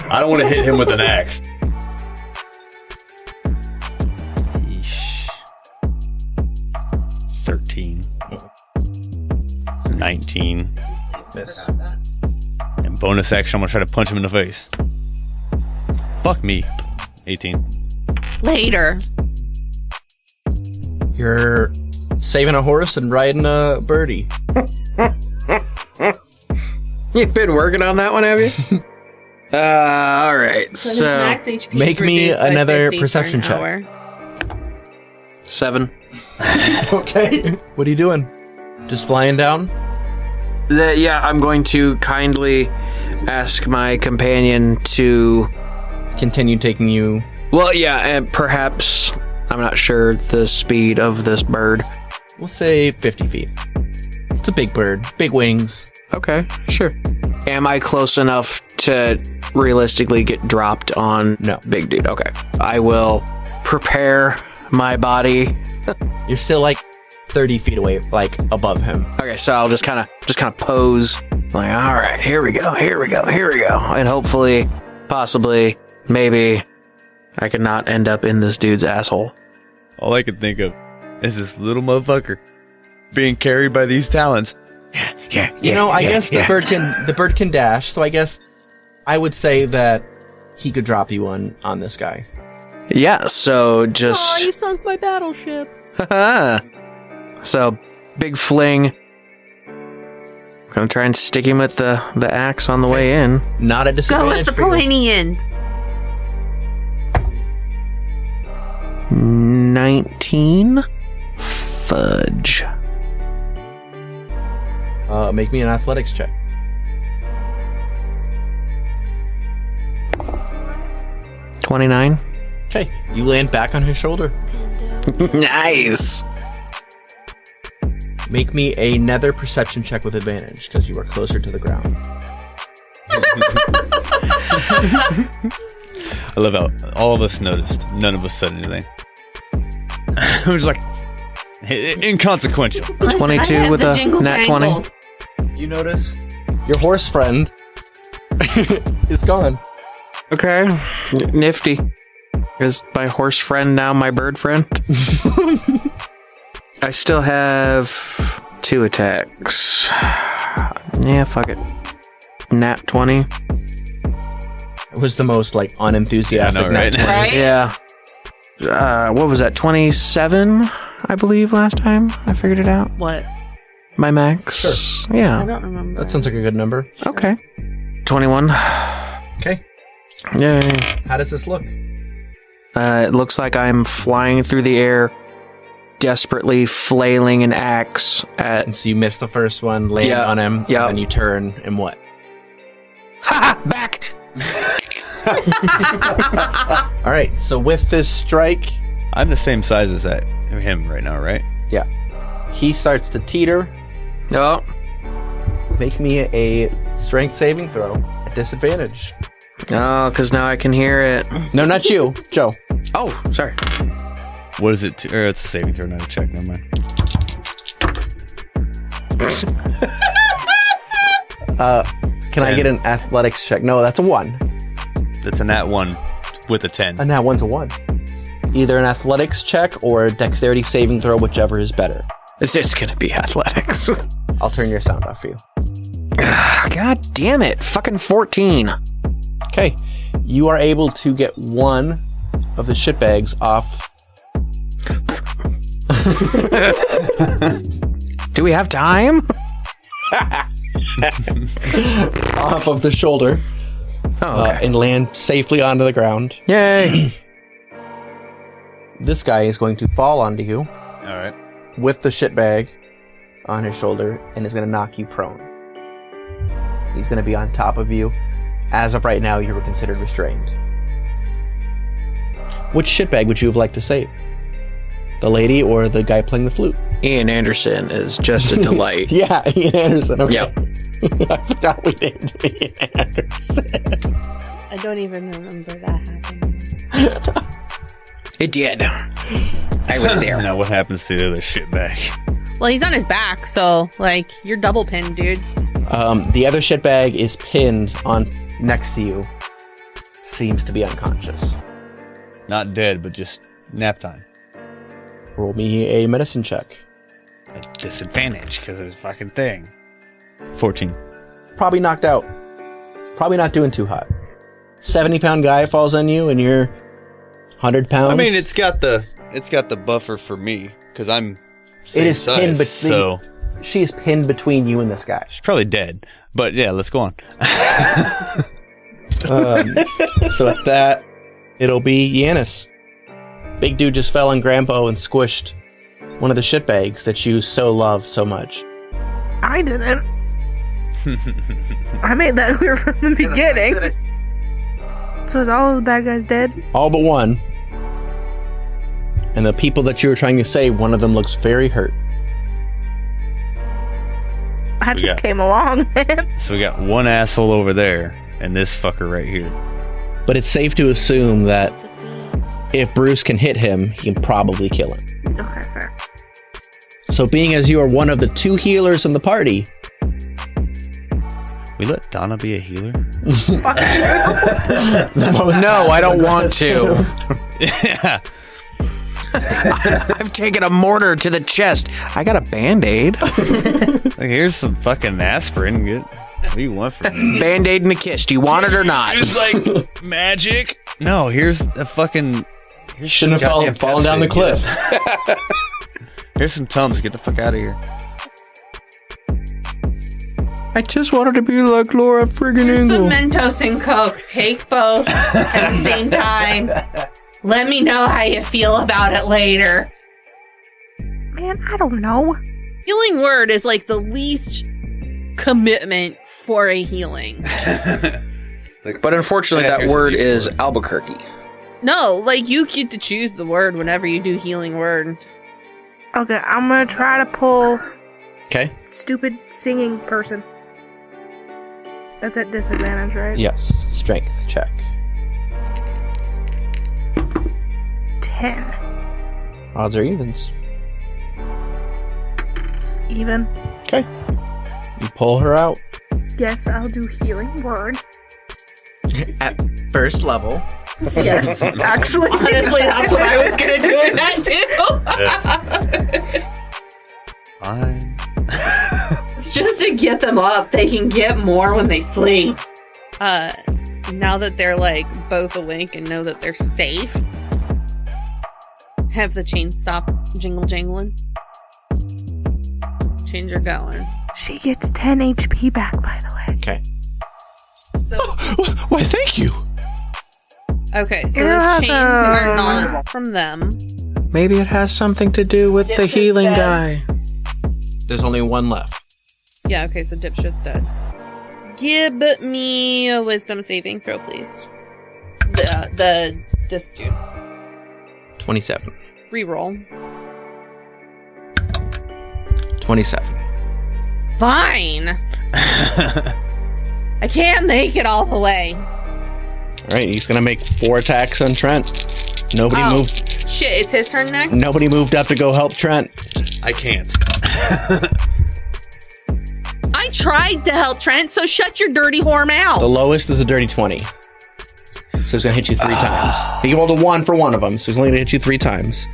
S1: I don't want to hit him with an axe. Yeesh. 13. 19. And bonus action, I'm gonna try to punch him in the face. Fuck me. 18.
S5: Later.
S3: You're saving a horse and riding a birdie.
S4: You've been working on that one, have you? uh, all right.
S5: So, his
S4: So
S5: max HP
S3: Make me
S5: reduced by
S3: another
S5: 50 for
S3: perception
S5: an
S3: check.
S5: hour.
S4: seven.
S3: Okay. what are you doing? Just flying down?
S4: That- yeah, I'm going to kindly ask my companion to.
S3: Continue taking you.
S4: Well, yeah, and perhaps I'm not sure the speed of this bird.
S3: We'll say 50 feet. It's a big bird, big wings.
S4: Okay, sure. Am I close enough to realistically get dropped on?
S3: No.
S4: big dude. Okay, I will prepare my body.
S3: You're still like 30 feet away, like above him.
S4: Okay, so I'll just kind of just kind of pose like, all right, here we go, here we go, here we go, and hopefully, possibly, maybe, I can not end up in this dude's asshole.
S1: All I can think of is this little motherfucker being carried by these talons. Yeah, yeah.
S3: You know, I
S1: yeah,
S3: guess the
S1: yeah.
S3: bird can the bird can dash, so I guess I would say that he could drop you on on this guy.
S4: Yeah, so just
S5: Oh, you sunk my battleship.
S4: so big fling. Gonna try and stick him with the the axe on the way in.
S3: Not a
S5: Go
S3: disadvantage.
S5: with the
S3: for your-
S5: pointy end.
S4: Nineteen, fudge.
S3: Uh, make me an athletics check.
S4: Twenty nine.
S3: Okay, you land back on his shoulder.
S4: nice.
S3: Make me another perception check with advantage because you are closer to the ground.
S1: I love how all of us noticed. None of us said anything. I was like, "I- inconsequential.
S5: Listen,
S4: 22
S5: I have
S4: with
S5: the
S4: a
S5: jingle
S4: nat 20.
S5: jangles.
S3: You notice your horse friend is gone.
S4: Okay. Nifty. Is my horse friend now my bird friend? I still have two attacks. Yeah, fuck it. Nat 20.
S3: It was the most like
S1: I
S3: unenthusiastic.
S1: know, right?
S3: night.
S5: Right?
S4: Yeah. Uh, what was that? 27, I believe, last time I figured it out.
S5: What?
S4: my max? Sure. Yeah.
S5: don't remember.
S3: That sounds like a good number.
S4: Okay. 21.
S1: Okay.
S4: Yay.
S1: How does this look?
S4: Uh, it looks like I'm flying through the air, desperately flailing an axe at.
S3: And so you miss the first one, land
S4: Yeah,
S3: on him,
S4: yeah.
S3: and you turn, and what?
S4: Ha! ha, Back!
S3: All right. So with this strike,
S1: I'm the same size as that him right now, right?
S3: he starts to teeter.
S4: Oh,
S3: Make me a strength saving throw at disadvantage.
S4: oh, because now I can hear it.
S3: No, not you, Joe.
S4: Oh, sorry.
S1: What is it? To, or it's a saving throw, not a check. Never mind.
S3: Can I
S1: Ten.
S3: get an athletics check? No, that's a one.
S1: That's a nat one with a ten.
S3: And that one's a one. Either an athletics check or a dexterity saving throw, whichever is better.
S4: Is this going to be athletics?
S3: I'll
S4: Ah,
S3: turn your sound off for you.
S4: God damn it. Fucking 14.
S3: Okay. You are able to get one of the shitbags off.
S4: Do we have time?
S3: Off of the shoulder
S4: Oh,
S3: uh,
S4: okay.
S3: and land safely onto the ground.
S4: Yay.
S3: This guy is going to fall onto you
S1: All right.
S3: with the shitbag on his shoulder and is going to knock you prone. He's going to be on top of you. As of right now, you were considered restrained. Which shitbag would you have liked to save? The lady or the guy playing the flute?
S4: Ian Anderson is just a delight.
S3: Yeah, Ian Anderson. Okay.
S6: Yep.
S3: I forgot we named him Ian Anderson.
S5: I don't even remember that happening.
S4: it did.
S6: I was there.
S1: Now what happens to the other shitbag?
S5: Well, he's on his back, so like you're double pinned, dude.
S3: Um, the other shitbag is pinned on next to you. Seems to be unconscious.
S1: Not dead, but just nap time.
S3: Roll me a medicine check.
S1: A disadvantage because of this fucking thing. Fourteen.
S3: Probably knocked out. Probably not doing too hot. 70 pound guy falls on you and you're 100 pounds.
S1: I mean, it's got the it's got the buffer for me because I'm.
S3: It
S1: Same
S3: is
S1: size,
S3: pinned between-
S1: so
S3: She is pinned between you and this guy.
S1: she's probably dead. But yeah, let's go on.
S3: Um, so at that, it'll be Yanis. Big dude just fell on Grandpa and squished one of the shitbags that you so love so much.
S7: I didn't. I made that clear from the beginning. So is all of the bad guys dead?
S3: All but one. And the people that you were trying to save, one of them looks very hurt.
S7: I
S1: We
S7: just
S1: got-
S7: came along, man.
S1: So we got one asshole over there and this fucker right here.
S3: But it's safe to assume that if Bruce can hit him, he can probably kill him.
S7: Okay, fair.
S3: So, being as you are one of the two healers in the party,
S1: We let Donna be a healer.
S4: No, I don't want to.
S1: yeah.
S4: I've taken a mortar to the chest. I got a band aid.
S1: Like here's some fucking aspirin. Get what do you want from me?
S4: Band aid and a kiss. Do you want it or not?
S1: like magic. No, here's a fucking.
S3: you
S1: have
S3: shouldn't have
S1: fallen-
S3: fallen,
S1: fallen
S3: down the cliff.
S1: Here's some tums. Get the fuck out of here.
S4: I just wanted to be like Laura friggin'
S5: Here's some
S4: Ingalls.
S5: Mentos and Coke. Take both at the same time. Let me know how you feel about it later.
S7: Man, I don't know.
S5: Healing word is like the least commitment for a healing.
S4: But unfortunately,
S1: Yeah,
S4: that
S1: here's a
S4: word
S1: decent
S4: is Albuquerque.
S5: No, like you get to choose the word whenever you do healing word.
S7: Okay, I'm gonna try to pull
S3: Okay.
S7: stupid singing person. That's at disadvantage, right?
S3: Yes. Strength check.
S7: Ten.
S3: Odds or evens.
S7: Even.
S3: Okay. You pull her out.
S7: Yes, I'll do healing word.
S3: At first level.
S7: Yes, actually.
S5: Honestly, that's what I was gonna do in that too.
S1: Fine.
S5: It's just to get them up. They can get more when they sleep. Uh, now that they're like both awake and know that they're safe, have the chain stop jingle jangling. actions you're going.
S7: She gets 10 HP back, by the way.
S4: Okay.
S8: Why, thank you.
S5: Okay, so
S7: You're
S5: the chains are
S7: welcome.
S5: not from them.
S4: Maybe it has something to do with the
S5: Yes, it
S4: healing
S5: does.
S4: guy.
S3: There's only one left.
S5: Yeah, okay, so dipshit's dead. Give me a wisdom saving throw, please. The, uh, the this dude.
S3: 27.
S5: Reroll.
S3: 27.
S5: Fine. I can't make it all the way.
S3: All right, he's gonna make four attacks on Trent. Nobody
S5: Oh.
S3: moved.
S5: Shit, it's his turn next.
S3: Nobody moved up to go help Trent.
S1: I can't.
S5: I tried to help Trent, so shut your dirty whore
S3: The
S5: mouth.
S3: lowest is a dirty 20. So he's gonna hit you three times. He rolled a one for one of them, so he's only gonna hit you three times.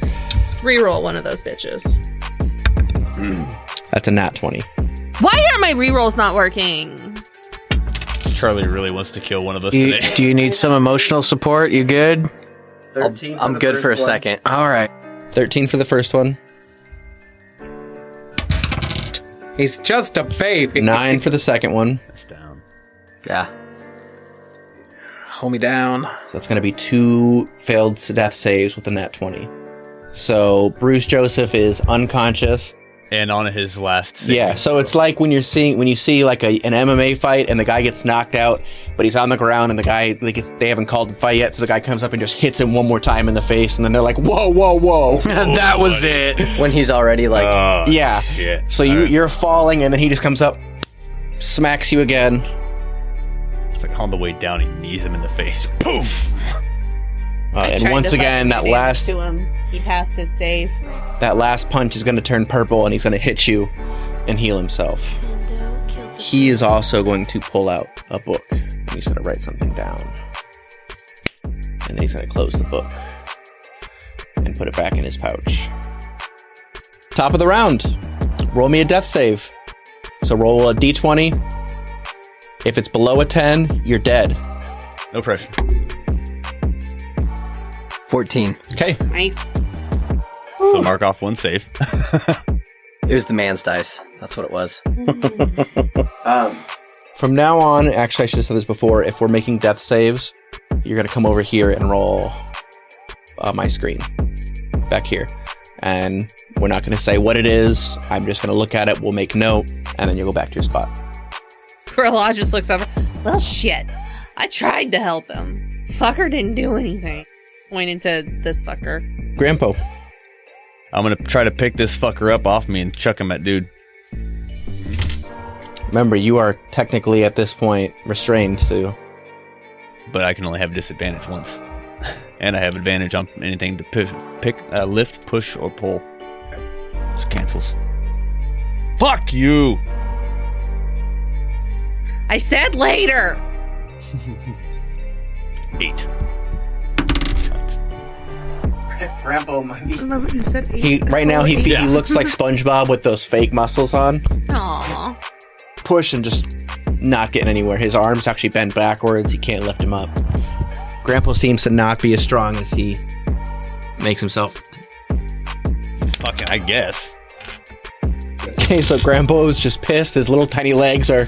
S5: Reroll one of those bitches.
S3: That's a nat 20.
S5: Why are my rerolls not working?
S1: Charlie really wants to kill one of us
S4: Do you,
S1: today.
S4: do you need some emotional support? You good?
S3: 13
S6: I'm good for a second.
S4: All right.
S3: 13 for the first one,
S4: He's just a baby.
S3: nine for the second one.
S6: Yeah.
S4: Hold me down.
S3: So that's gonna be two failed death saves with a nat 20. So Bruce Joseph is unconscious.
S1: and on his last save.
S3: Yeah, so it's like when you're seeing when you see like a, an MMA fight and the guy gets knocked out, but he's on the ground and the guy like it's, they haven't called the fight yet, so the guy comes up and just hits him one more time in the face, and then they're like, "Whoa, whoa, whoa!"
S4: that was it.
S6: When he's already like,
S1: Oh,
S3: yeah.
S1: shit.
S3: So you you're falling, and then he just comes up, smacks you again.
S1: It's like on the way down, he knees him in the face. Poof!
S3: Uh,
S5: I tried
S3: and
S5: to
S3: once
S5: fucking
S3: again,
S5: do
S3: that
S5: damage
S3: last
S5: To him. He passed his save.
S3: that last punch is going to turn purple, and he's going to hit you and heal himself. He is also going to pull out a book, and he's going to write something down, and he's going to close the book and put it back in his pouch. Top of the round, roll me a death save. So roll a d20. If it's below a 10, you're dead.
S1: No pressure.
S6: 14.
S3: Okay.
S5: Nice.
S1: So mark off one save.
S6: It was the man's dice. That's what it was.
S3: From now on, actually, I should have said this before. If we're making death saves, you're gonna come over here and roll uh, my screen back here, and we're not gonna say what it is. I'm just gonna look at it. We'll make note, and then you'll go back to your spot.
S5: Gorilla just looks over. Well, shit. I tried to help him. Fucker didn't do anything. Pointing to this fucker.
S3: Grandpa,
S1: I'm gonna try to pick this fucker up off me and chuck him at dude.
S3: remember you are technically at this point restrained too.
S1: But I can only have disadvantage once, and I have advantage on anything to push, pick, uh, lift, push, or pull. Just cancels. Fuck you!
S5: I said later.
S1: Eight.
S3: Grandpa might
S7: I love it. You said eight.
S3: He right now he he looks like SpongeBob with those fake muscles on.
S5: Aw.
S3: push and just not getting anywhere. His arms actually bent backwards. He can't lift him up. Grandpa seems to not be as strong as he makes himself.
S1: Fucking, I guess.
S3: Okay, so Grandpa is just pissed. His little tiny legs are.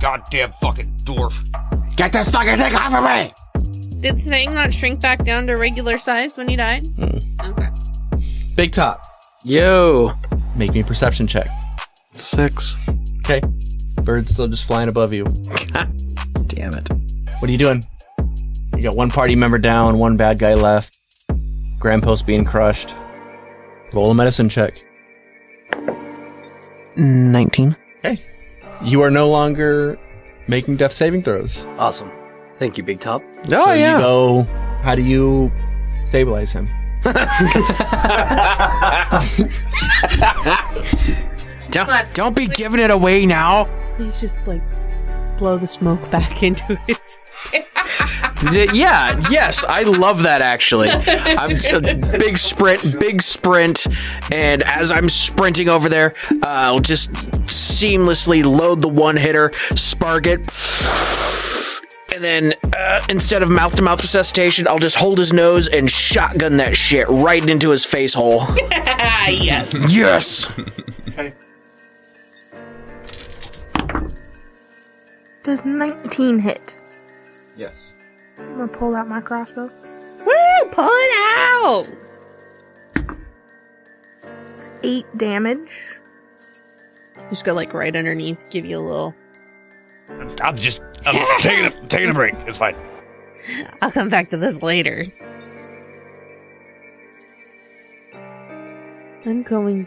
S1: Goddamn fucking dwarf.
S8: Get this fucking thing off of me!
S5: Did the thing not shrink back down to regular size when you died? Okay.
S3: Big Top,
S4: Yo.
S3: make me a perception check.
S4: Six.
S3: Okay. Bird's still just flying above you.
S4: Damn it.
S3: What are you doing? You got one party member down, one bad guy left. Grandpa's being crushed. Roll a medicine check.
S4: 19.
S3: Okay. You are no longer making death saving throws.
S6: Awesome. Thank you, Big Top.
S4: Oh,
S3: So
S4: yeah.
S3: you go. How do you stabilize him?
S4: Don't, don't be giving it away now.
S5: Please just like blow the smoke back into his.
S4: D- yeah, yes, I love that actually. I'm s- a big sprint, big sprint, and as I'm sprinting over there, uh, I'll just seamlessly load the one hitter, spark it, and then uh, instead of mouth to mouth resuscitation, I'll just hold his nose and shotgun that shit right into his face hole.
S5: Ah, yes.
S4: Yes!
S7: Does 19 hit?
S3: Yes.
S7: I'm gonna pull out my crossbow. Woo! Pull it out! It's eight damage.
S5: Just go like right underneath, give you a little.
S9: I'm just I'm taking a taking a break. It's fine.
S5: I'll come back to this later. I'm going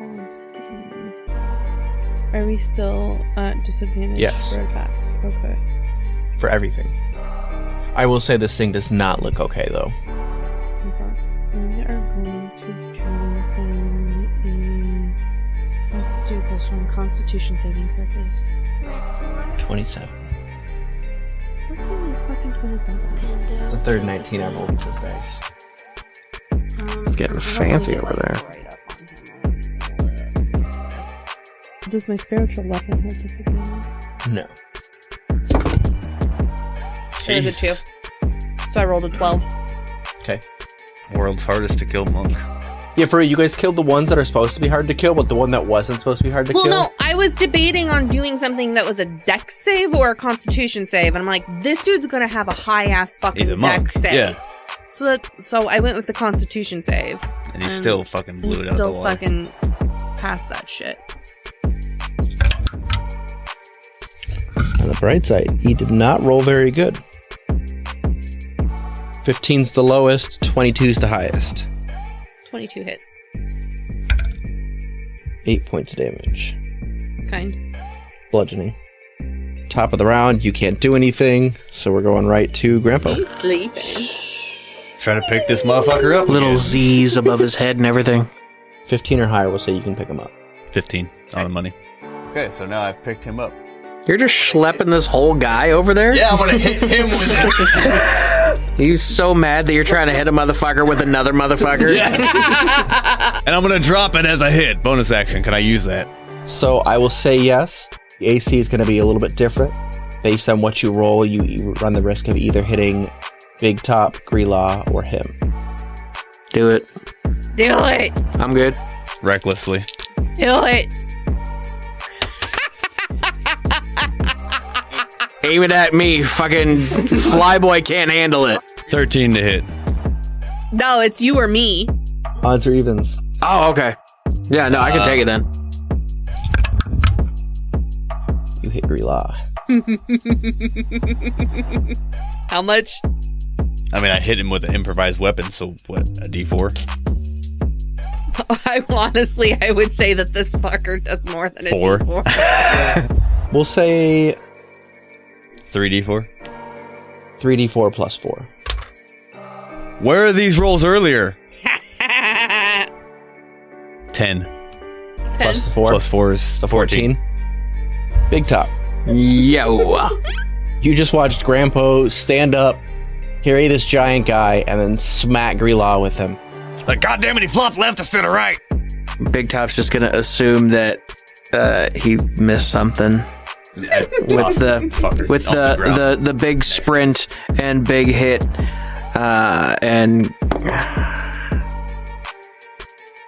S5: to. Are we still at disadvantage
S3: Yes.
S5: for attacks? Okay.
S3: For everything. I will say this thing does not look okay though.
S5: We are going to try and the- let's do this one. Constitution saving throw, please.
S3: 27.
S5: Why can't we fucking 27?
S3: The third 19 I rolled with this dice.
S4: It's getting fancy over there.
S5: Does my spiritual weapon have disadvantage?
S3: No.
S5: Sure is a two. So I rolled a 12.
S3: Okay.
S1: World's hardest to kill monk.
S3: Yeah, for real, you guys killed the ones that are supposed to be hard to kill, but the one that wasn't supposed to be hard to
S5: Well,
S3: kill.
S5: no, I was debating on doing something that was a dex save or a constitution save, and I'm like, this dude's gonna have a high ass fucking
S1: He's a monk.
S5: dex save.
S1: Yeah,
S5: So that, so I went with the constitution save.
S1: and he still fucking blew
S5: and
S1: it out the
S5: Um, still
S1: water.
S5: fucking passed that shit.
S3: On the bright side, he did not roll very good. 15's the lowest, 22's the highest.
S5: 22 hits.
S3: 8 points of damage.
S5: Kind.
S3: Bludgeoning. Top of the round, you can't do anything, so we're going right to Grandpa.
S5: He's sleeping.
S1: Trying to pick this motherfucker up.
S4: Little Z's above his head and everything.
S3: 15 or higher, we'll say you can pick him up.
S1: 15 on the money. Okay, so now I've picked him up.
S4: You're just schlepping this whole guy over there?
S1: Yeah, I'm gonna hit him with that.
S4: He's so mad that you're trying to hit a motherfucker with another motherfucker.
S1: and I'm gonna drop it as I hit. Bonus action. Can I use that?
S3: So I will say yes. The AC is going to be a little bit different. Based on what you roll, you, you run the risk of either hitting Big Top, Grelaw, or him.
S4: Do it.
S5: Do it!
S4: I'm good.
S1: Recklessly.
S5: Do it!
S4: Aim it at me. Fucking Flyboy can't handle it.
S1: 13 to hit.
S5: No, it's you or me.
S3: Odds or evens?
S4: Oh, okay. Yeah, no, I can
S3: Uh,
S4: take it then.
S3: You hit Grelaw.
S5: How much?
S1: I mean, I hit him with an improvised weapon, so what? A d4?
S5: I honestly, I would say that this fucker does more than a
S1: Four.
S5: D4.
S3: We'll say
S1: 3d4?
S3: 3d4 plus 4.
S1: Where are these rolls earlier? 10.
S3: Plus the 4.
S1: Plus 4 is 14.
S3: 14. Big Top.
S4: Yo.
S3: You just watched Grandpa stand up, carry this giant guy, and then smack Grelaw with him.
S9: Like, God damn it, he flopped left instead of right.
S4: Big Top's just gonna assume that uh, he missed something with the with
S1: off the ground.
S4: the, the the big sprint and big hit uh, and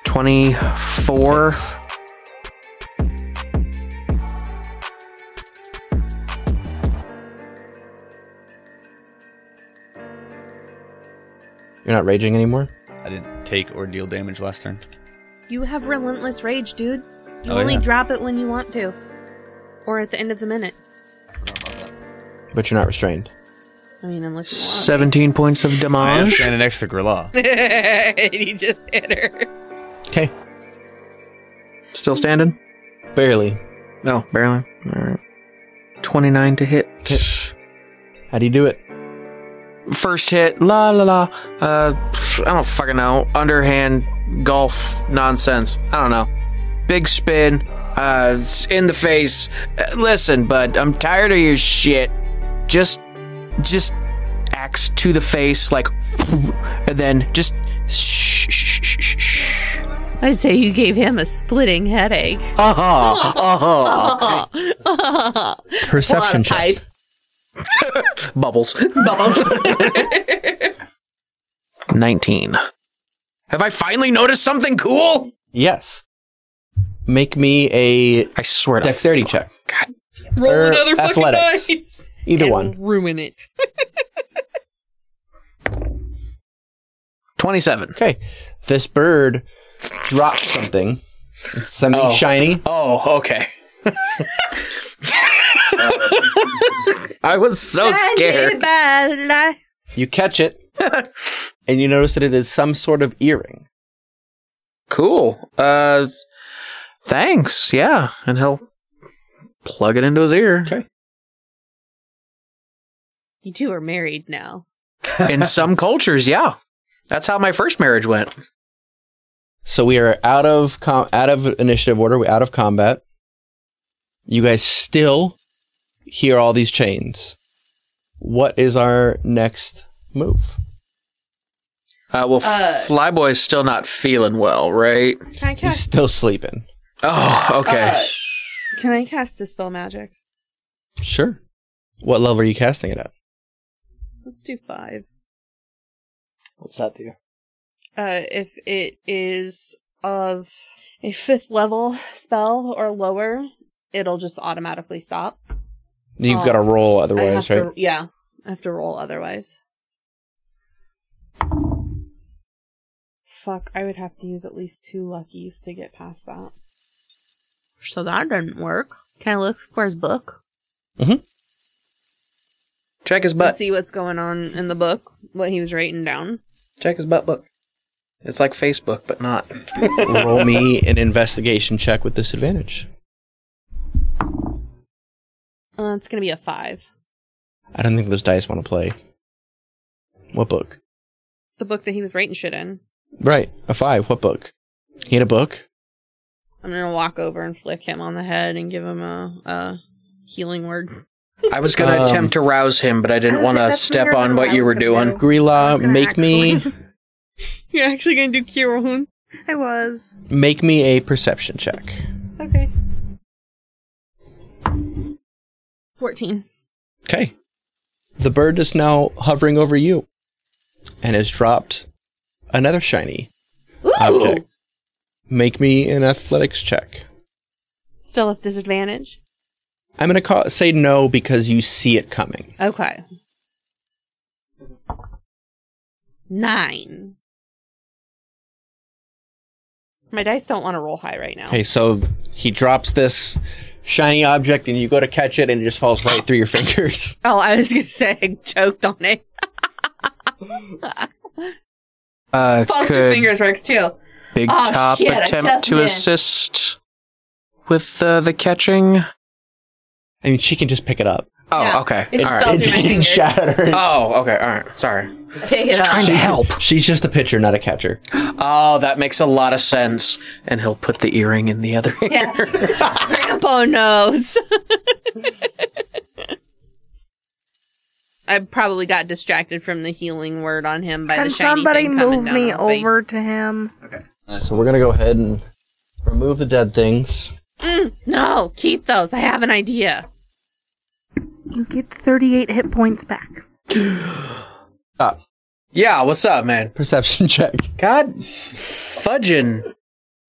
S4: twenty four.
S3: You're not raging anymore?
S1: I didn't take or deal damage last turn.
S5: You have relentless rage, dude. You
S1: Oh,
S5: only
S1: yeah.
S5: drop it when you want to, or at the end of the minute.
S3: But you're not restrained.
S5: I mean, unless
S4: Seventeen points of
S1: I am
S4: damage.
S1: standing next to Grilla.
S5: you want. and he just hit her.
S3: Okay.
S4: Still standing?
S3: Barely.
S4: No, barely. All right. Twenty nine to hit.
S3: How do you do it?
S4: First hit, la la la. Uh, pff, I don't fucking know. Underhand golf nonsense. I don't know. Big spin. Uh, it's in the face. Uh, listen, bud, I'm tired of your shit. Just, just axe to the face, like, and then just. Shh, shh, shh, shh, shh.
S5: I'd say you gave him a splitting headache.
S4: Uh-huh, uh-huh.
S5: Pull out
S3: Perception
S5: a
S3: check.
S5: pipe.
S4: Bubbles. Nineteen. Have I finally noticed something cool?
S3: Yes. Make me a
S4: I swear
S3: dexterity check.
S5: Roll
S3: Or
S5: another fucking
S3: athletics.
S5: dice.
S3: Either
S5: and
S3: one.
S5: Ruin it.
S4: 27.
S3: Okay. This bird dropped something. It's something
S4: Oh.
S3: shiny.
S4: Oh, okay. I was so scared.
S3: You catch it, and you notice that it is some sort of earring.
S4: Cool. Uh thanks. Yeah. And he'll plug it into his ear.
S3: Okay.
S5: You two are married now.
S4: In some cultures, yeah. That's how my first marriage went.
S3: So we are out of com- out of initiative order. We're out of combat. You guys still hear all these chains. What is our next move?
S4: Uh well Flyboy's still not feeling well, right?
S5: Can I cast?
S3: Still sleeping.
S4: Oh, okay.
S5: Uh, can I cast dispel magic?
S3: Sure. What level are you casting it at?
S5: Let's do five.
S6: What's that do?
S5: Uh, if it is of a fifth level spell or lower, it'll just automatically stop.
S3: You've
S5: Oh.
S3: got to roll
S5: I
S3: otherwise,
S5: have to-
S3: right?
S5: yeah, I have to roll otherwise. Fuck, I would have to use at least two luckies to get past that. So that didn't work. Can I look for his book?
S4: Check his
S5: Let's
S4: butt.
S5: see what's going on in the book, what he was writing down.
S4: Check his butt book. It's like Facebook, but not.
S3: roll me an investigation check with disadvantage.
S5: Uh, it's gonna be a five.
S3: I don't think those dice want to play. What book?
S5: The book that he was writing shit in.
S3: Right, a five. What book? He had a book.
S5: I'm gonna walk over and flick him on the head and give him a, a healing word.
S4: I was gonna
S3: Um,
S4: attempt to rouse him, but I didn't
S7: I was
S4: want
S7: like,
S4: to
S7: that's
S4: step
S7: weird,
S4: on
S7: no,
S4: what
S7: I
S4: you
S7: was
S4: were
S7: gonna
S4: doing.
S7: do. I
S3: Grilla,
S7: was gonna
S3: make me
S7: actually-
S5: You're actually gonna do cure wound.
S7: I was.
S3: make me a perception check.
S5: Okay. Fourteen.
S3: Okay. The bird is now hovering over you, and has dropped another shiny
S5: Ooh!
S3: object. Make me an athletics check.
S5: Still at disadvantage.
S3: I'm gonna call, say no because you see it coming.
S5: Okay. Nine. My dice don't want to roll high right now.
S3: Okay, so he drops this shiny object, and you go to catch it, and it just falls right through your fingers.
S5: Oh, I was gonna say I choked on it.
S4: Uh,
S5: False
S4: could
S5: fingers works too.
S4: Big
S5: Oh,
S4: Top
S5: shit, I
S4: attempt
S5: just
S4: to
S5: missed.
S4: assist with uh, the catching?
S3: I mean, she can just pick it up.
S4: Oh,
S5: Yeah,
S4: okay.
S5: it just
S4: All right.
S5: fell
S3: It
S5: through my
S3: didn't
S5: fingers.
S3: shatter.
S4: Oh, okay. All right. Sorry.
S5: Pick it up.
S4: Trying to help.
S3: She's just a pitcher, not a catcher.
S4: Oh, that makes a lot of sense. And he'll put the earring in the other ear.
S5: Grandpa knows. I probably got distracted from the healing word on him by
S7: Can
S5: the shiny
S7: somebody
S5: thing coming
S7: move
S5: down
S7: me
S5: on the face.
S7: over to him?
S3: So we're gonna go ahead and remove the dead things.
S5: Mm, no, keep those. I have an idea.
S7: You get 38 hit points back.
S4: Yeah, what's up, man?
S3: Ah, Perception check.
S4: God fudging.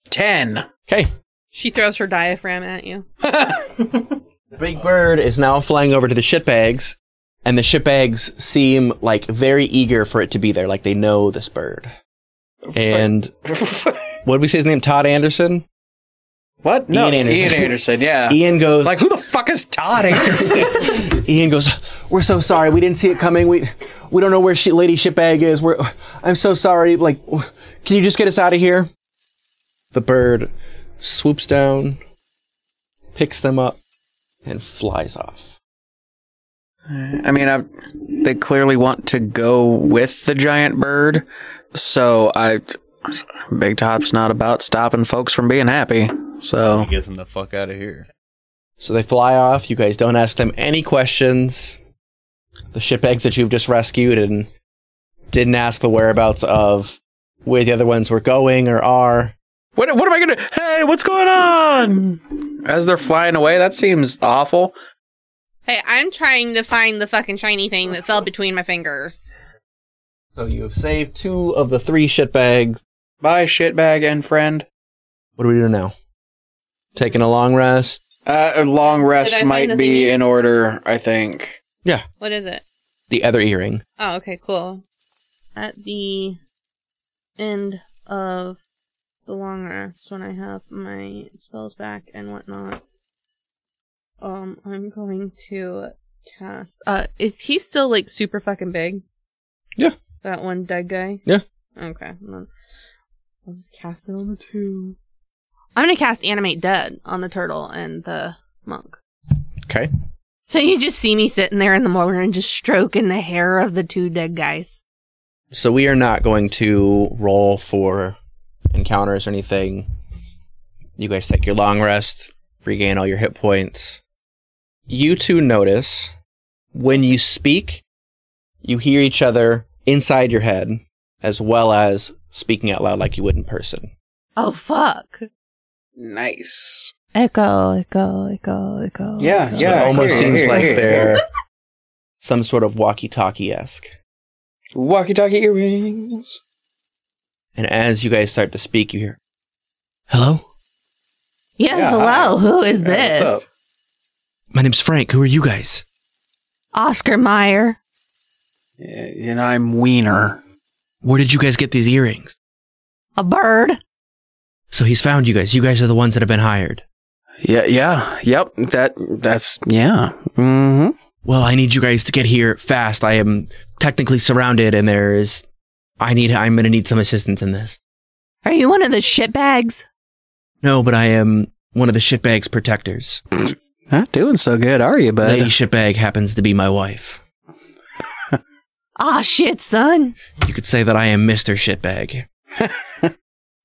S4: 10.
S3: Okay.
S5: She throws her diaphragm at you.
S3: The big bird is now flying over to the shitbags, and the shitbags seem like very eager for it to be there, like they know this bird. And what did we say his name? Todd Anderson?
S4: what? No,
S3: Ian
S4: Ian
S3: Anderson.
S4: Anderson. yeah.
S3: Ian goes
S4: Like, who the fuck is Todd Anderson?
S3: Ian goes, We're so sorry, we didn't see it coming. We we don't know where she, Lady Shitbag is. We're I'm so sorry. Like can you just get us out of here? The bird swoops down, picks them up, and flies off.
S4: I mean, I, they clearly want to go with the giant bird, so I. Big Top's not about stopping folks from being happy, so.
S1: He gets him the fuck out of here.
S3: So they fly off. You guys don't ask them any questions. The shitbags that you've just rescued and didn't ask the whereabouts of where the other ones were going or are.
S4: What, what am I gonna. Hey, what's going on? As they're flying away, that seems awful.
S5: Hey, I'm trying to find the fucking shiny thing that fell between my fingers.
S3: So you have saved two of the three shitbags.
S4: Bye, shitbag and friend.
S3: What do we do now? Taking a long rest.
S10: Uh, a long
S5: Did I
S10: rest
S5: find
S10: might
S5: the
S10: be
S5: thingy?
S10: in order, I think.
S3: Yeah.
S5: What is it?
S3: The other earring.
S5: Oh, okay, cool. At the end of the long rest, when I have my spells back and whatnot, um, I'm going to cast. Uh, is he still like super fucking big?
S3: Yeah.
S5: That one dead guy.
S3: Yeah.
S5: Okay. then I'll just cast it on the two. I'm gonna cast animate dead on the turtle and the monk.
S3: Okay.
S5: So you just see me sitting there in the morning, just stroking the hair of the two dead guys.
S3: So we are not going to roll for encounters or anything. You guys take your long rest, regain all your hit points. You two notice when you speak, you hear each other inside your head as well as speaking out loud like you would in person.
S5: Oh fuck!
S10: Nice.
S5: Echo, echo, echo, echo.
S10: Yeah,
S5: echo.
S3: So it almost
S10: here,
S3: seems
S10: here,
S3: like
S10: here.
S3: they're some sort of walkie-talkie esque.
S10: Walkie-talkie earrings.
S3: And as you guys start to speak, you hear, "Hello,
S5: Yes,
S3: Yeah,
S5: hello.
S3: hi.
S5: Who is
S3: Yeah,
S5: this?
S3: what's up? my name's Frank. Who are you guys?"
S5: Oscar Meyer.
S10: And I'm Wiener.
S4: Where did you guys get these earrings?
S5: A bird.
S4: So he's found you guys. You guys are the ones that have been hired.
S10: Yeah, yeah, yep. That that's yeah. Mm-hmm.
S4: Well, I need you guys to get here fast. I am technically surrounded, and there is. I need. I'm gonna need some assistance in this.
S5: Are you one of the shitbags?
S4: No, but I am one of the shitbags protectors.
S11: Not doing so good, are you, bud?
S4: Lady shitbag happens to be my wife.
S5: Ah, shit, son.
S4: You could say that I am Mister Shitbag.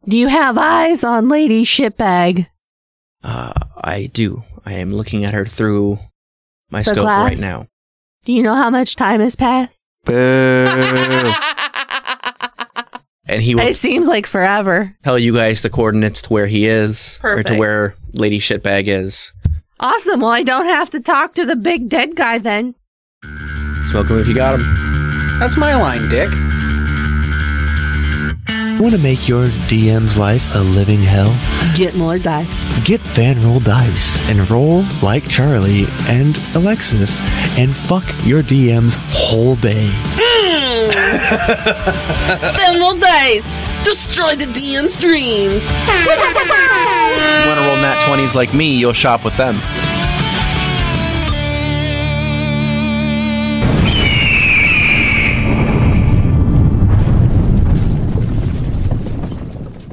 S5: Do you have eyes on Lady Shitbag?
S4: Uh, I do. I am looking at her through my
S5: The
S4: scope
S5: glass?
S4: right now.
S5: Do you know how much time has passed?
S4: and he will
S5: It seems like forever.
S4: tell you guys the coordinates to where he is, or
S5: Perfect.
S4: to where Lady Shitbag is.
S5: Awesome. Well, I don't have to talk to the big dead guy then.
S4: Smoke him if you got him.
S11: That's my line, Dick.
S12: Want to make your DM's life a living hell?
S5: Get more dice.
S12: Get Fanroll Dice and roll like Charlie and Alexis and fuck your DM's whole day.
S2: Emerald Dice! Destroy the DM's dreams!
S3: Want to roll nat twenties like me? You'll shop with them.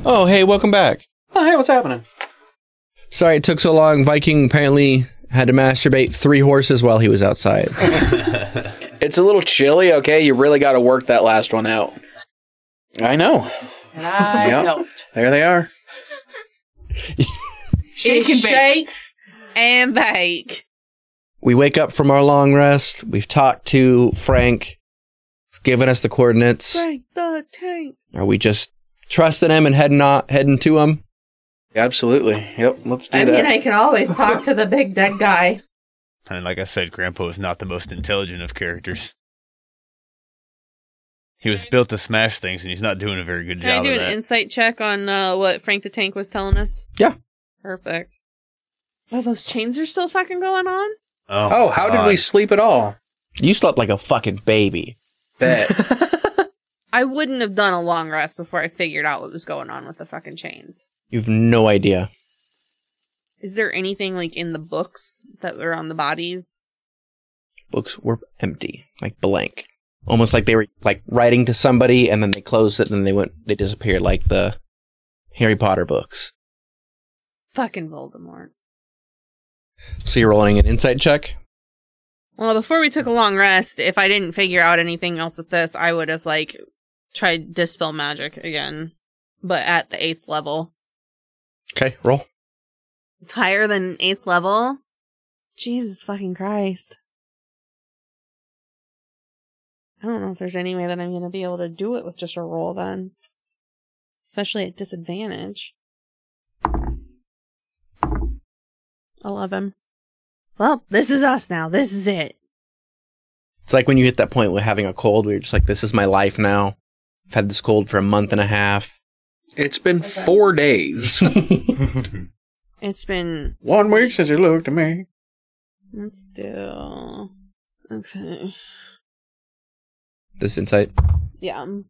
S3: Oh, hey, welcome back.
S11: Oh, hey, what's happening?
S3: Sorry it took so long. Viking apparently had to masturbate three horses while he was outside.
S10: It's a little chilly. Okay, you really got to work that last one out. I know.
S2: I
S10: Yep. There they are.
S5: Shake and bake. Shake and bake.
S3: we wake up from our long rest. We've talked to Frank. He's given us the coordinates.
S5: Break the tank.
S3: Are we just trusting him and heading not heading to him?
S10: Absolutely. Yep. Let's
S5: I mean, I can always talk to the big dead guy.
S1: And like I said, Grandpa is not the most intelligent of characters. He was built to smash things, and he's not doing a very good
S5: Can I
S1: job
S5: do
S1: of
S5: an
S1: that.
S5: insight check on uh, what Frank the Tank was telling us?
S3: Yeah.
S5: Perfect. Well, those chains are still fucking going on.
S1: oh,
S10: how did we
S3: God.
S10: sleep at all?
S3: You slept like a fucking baby.
S5: I wouldn't have done a long rest before I figured out what was going on with the fucking chains.
S3: You've no idea.
S5: Is there anything like in the books that were on the bodies?
S3: Books were empty, like blank, almost like they were like writing to somebody, and then they closed it, and then they went, they disappeared, like the Harry Potter books.
S5: Fucking Voldemort.
S3: So you're rolling an insight check.
S5: Well, before we took a long rest, if I didn't figure out anything else with this, I would have like tried dispel magic again, but at the eighth level.
S3: Okay, roll.
S5: It's higher than eighth level. Jesus fucking Christ. I don't know if there's any way that I'm going to be able to do it with just a roll then. Especially at disadvantage. 11. Well, this is us now. This is it.
S3: It's like when you hit that point with having a cold, where you're just like, "This is my life now. I've had this cold for a month and a half."
S10: It's been four days.
S5: It's been
S4: One week since you looked at me.
S5: let's do okay.
S3: This insight.
S5: Yeah. um,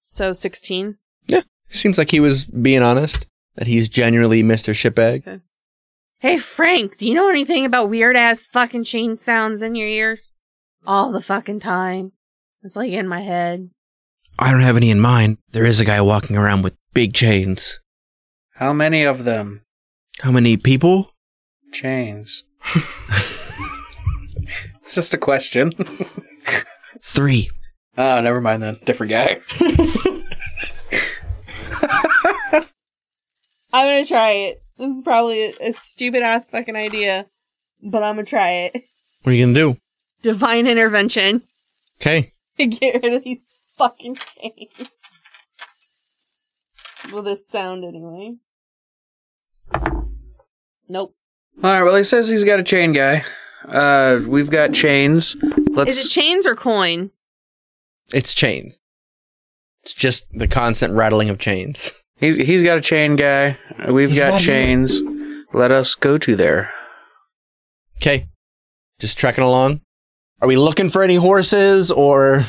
S5: So sixteen.
S3: Yeah. Seems like he was being honest. That he's genuinely Mr. Shitbag.
S5: Okay. Hey Frank, do you know anything about weird ass fucking chain sounds in your ears? All the fucking time. It's like in my head.
S3: I don't have any in mind. There is a guy walking around with big chains.
S4: How many of them?
S3: How many people?
S4: Chains. it's just a question.
S3: Three.
S10: Ah,
S13: Oh, never mind then. Different guy.
S5: I'm gonna try it. This is probably a, a stupid ass fucking idea, but I'm gonna try it.
S3: What are you gonna do?
S5: Divine intervention.
S3: Okay.
S5: Get rid of these fucking chains. Well, this sound anyway. Nope.
S4: All right. Well, he says he's got a chain guy. Uh, we've got chains. Let's.
S5: Is it chains or coin?
S3: It's chains. It's just the constant rattling of chains.
S4: he's he's got a chain guy. We've got
S3: not here.
S4: chains. Let us go to there.
S3: Okay. Just trekking along. Are we looking for any horses or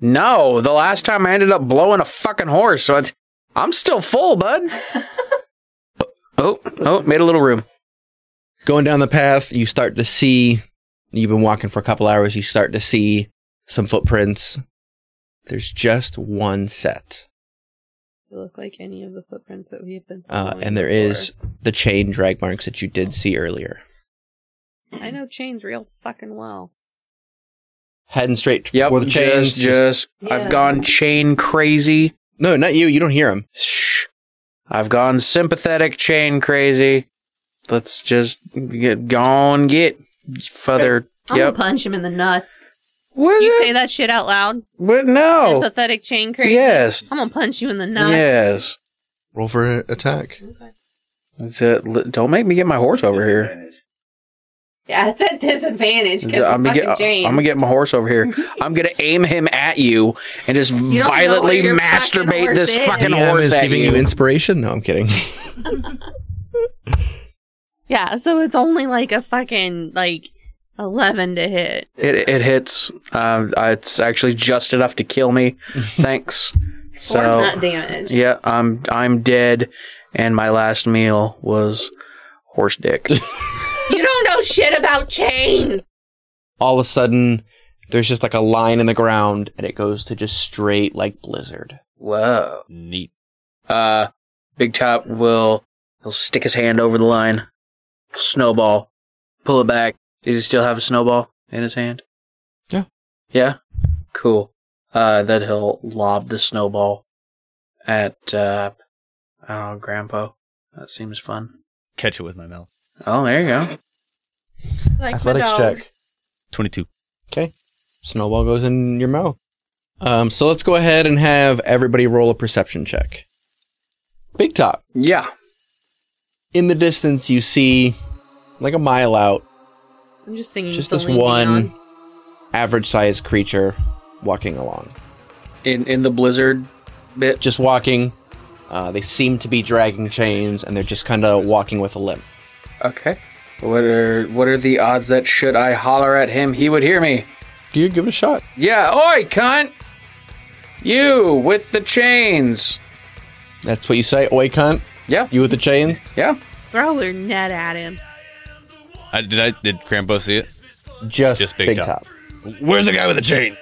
S4: No, the last time I ended up blowing a fucking horse, so it's, I'm still full, bud. oh, oh, made a little room.
S3: going down the path, you start to see you've been walking for a couple hours, you start to see some footprints. There's just one set.
S5: They look like any of the footprints that we have been.
S4: Oh,
S3: Uh,
S5: following
S3: and there
S5: before.
S3: is the chain drag marks that you did see earlier.
S5: I know chains real fucking well.
S3: Heading straight for the chains.
S4: Just, just
S5: Yeah.
S4: I've gone chain crazy.
S3: No, not you. You don't hear him.
S4: Shh. I've gone sympathetic chain crazy. Let's just get gone get further.
S5: I'm
S4: Yep.
S5: gonna punch him in the nuts. you say that shit out loud?
S4: But no.
S5: Sympathetic chain crazy.
S4: Yes.
S5: I'm gonna punch you in the nuts.
S4: Yes.
S3: Roll for attack.
S4: That's it. Li- uh, Don't make me get my horse over here. uh,
S5: Yeah, it's a disadvantage because
S4: I'm
S5: I'm
S4: gonna, get,
S5: fucking chain.
S4: I'm gonna get my horse over here. I'm gonna aim him at you and just
S5: don't know
S4: violently
S5: where your fucking
S4: masturbate
S5: horse
S4: this
S5: is.
S4: fucking
S3: DM
S4: horse
S3: is
S4: at
S3: giving
S4: you.
S3: you inspiration. No, I'm kidding.
S5: Yeah, so it's only like a fucking like eleven to hit.
S4: It it hits. Um, uh, it's actually just enough to kill me. Thanks. so
S5: or not damage.
S4: yeah, I'm I'm dead, and my last meal was horse dick.
S5: You don't know shit about chains.
S3: All of a sudden, there's just like a line in the ground, and it goes to just straight like blizzard.
S4: Whoa.
S1: Neat.
S4: Uh, Big Top will he'll stick his hand over the line, snowball, pull it back. Does he still have a snowball in his hand?
S3: Yeah.
S4: Yeah. Cool. Uh, then he'll lob the snowball at uh, I don't know, Grandpa. That seems fun.
S1: Catch it with my mouth.
S4: Oh, there you go.
S5: Like
S3: Athletics check.
S1: 22.
S3: Okay. Snowball goes in your mouth. Um, so let's go ahead and have everybody roll a perception check. Big Top.
S4: Yeah.
S3: In the distance, you see, like a mile out,
S5: I'm just singing.
S3: just this
S5: Celine Dion.
S3: one average sized creature walking along.
S4: In in the blizzard bit.
S3: Just walking. Uh, they seem to be dragging chains, and they're just kind of walking with a limp.
S4: Okay. What are what are the odds that should I holler at him, he would hear me?
S3: You give it a shot.
S4: Yeah. Oi, cunt! You with the chains.
S3: That's what you say, oi cunt.
S4: Yeah.
S3: You with the chains?
S4: Yeah.
S5: Throw your net at him.
S1: I, did I did Crampo see it?
S3: Just, Big
S1: Where's the guy with the chain?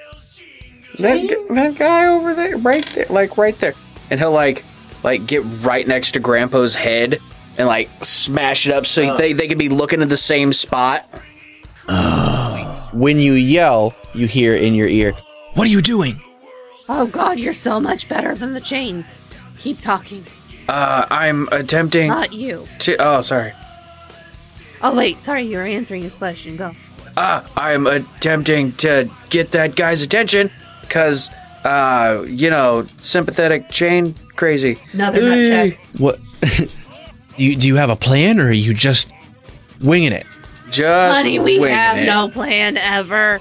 S4: That, that guy over there, right there, like right there. And he'll like, like get right next to Grandpa's head and like smash it up so they they can be looking at the same spot.
S3: When you yell, you hear in your ear, What are you doing?
S5: Oh God, you're so much better than the chains. Keep talking.
S4: Uh, I'm attempting
S5: Not you.
S4: to. Oh, sorry.
S5: Oh wait, sorry, you were answering his question. Go.
S4: Uh, I'm attempting to get that guy's attention because, uh, you know, sympathetic chain crazy.
S5: Another nut check.
S3: What? you, do you have a plan, or are you just winging it?
S4: Just
S5: Honey, we
S4: winging
S5: have
S4: it.
S5: no plan ever.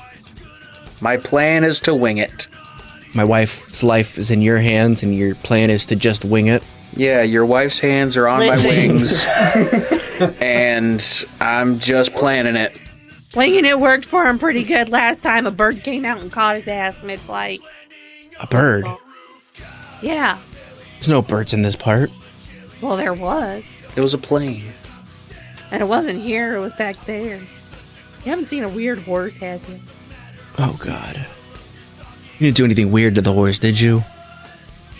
S4: My plan is to wing it.
S3: My wife's life is in your hands, and your plan is to just wing it.
S4: Yeah, your wife's hands are on my
S5: Listen.
S4: wings, and I'm just planning it.
S5: Slinging it worked for him pretty good last time. A bird came out and caught his ass mid-flight.
S14: A bird.
S5: Yeah.
S14: There's no birds in this part.
S5: Well, there was,
S4: It was a plane.
S5: and it wasn't here. It was back there. You haven't seen a weird horse, have you?
S14: Oh god. You didn't do anything weird to the horse, did you?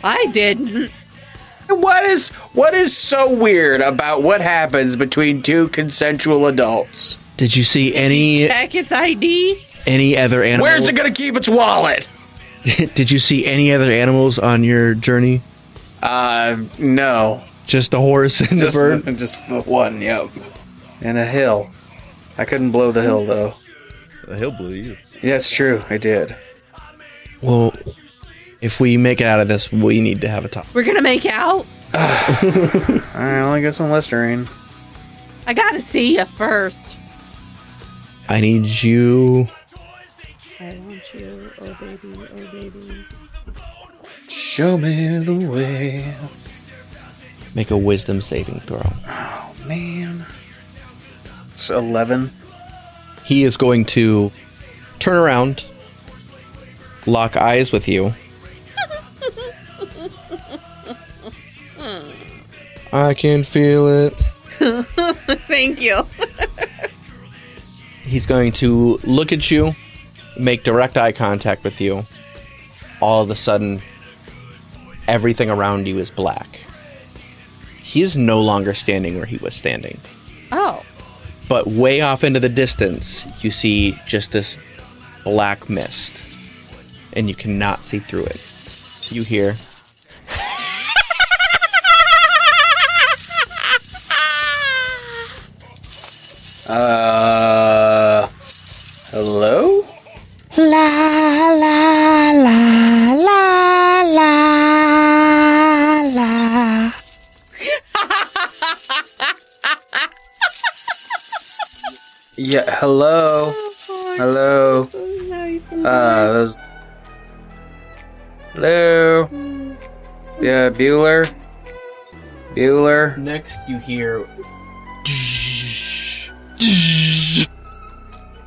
S5: I didn't.
S4: What is what is so weird about what happens between two consensual adults?
S14: Did you see any
S5: Check its ID.
S14: any other animals?
S4: Where's it gonna keep its wallet?
S3: Did you see any other animals on your journey?
S4: Uh, no.
S3: Just the horse and
S4: just
S3: the bird.
S4: just the one. Yep. And a hill. I couldn't blow the hill though.
S1: The hill blew you.
S4: Yeah, it's true. I did.
S3: Well, if we make it out of this, we need to have a talk.
S5: We're gonna make out.
S4: All right. Well, I guess I'm Listerine.
S5: I gotta see you first.
S3: I need you.
S5: I want you, oh baby, oh baby.
S4: Show me the way.
S14: Make a wisdom saving throw.
S4: Oh man. It's eleven.
S3: He is going to turn around, lock eyes with you. I can feel it.
S5: Thank you.
S3: He's going to look at you, make direct eye contact with you. All of a sudden, everything around you is black. He is no longer standing where he was standing.
S5: Oh,
S3: But way off into the distance, you see just this black mist, and you cannot see through it. You hear.
S4: Uh. Hello.
S15: La la la la la la.
S4: Yeah. Hello. Hello. Uh. Those. Hello. Yeah. Bueller. Bueller.
S3: Next, you hear.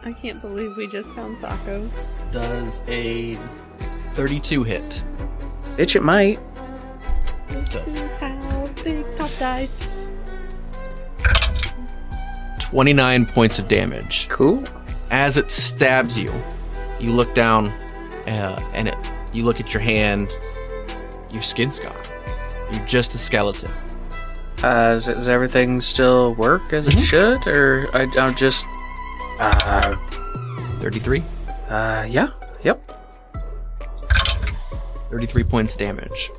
S5: I can't believe we just found Sako.
S3: Does a 32 hit?
S4: Bitch, it might.
S5: This is how Big Top dies.
S3: 29 points of damage.
S4: Cool.
S3: As it stabs you, you look down uh, and it, you look at your hand. Your skin's gone. You're just a skeleton.
S4: Uh, is, is everything still work as
S3: Mm-hmm.
S4: it should, or I, I'm just uh,
S3: 33?
S4: Uh, yeah. Yep.
S3: 33 points damage.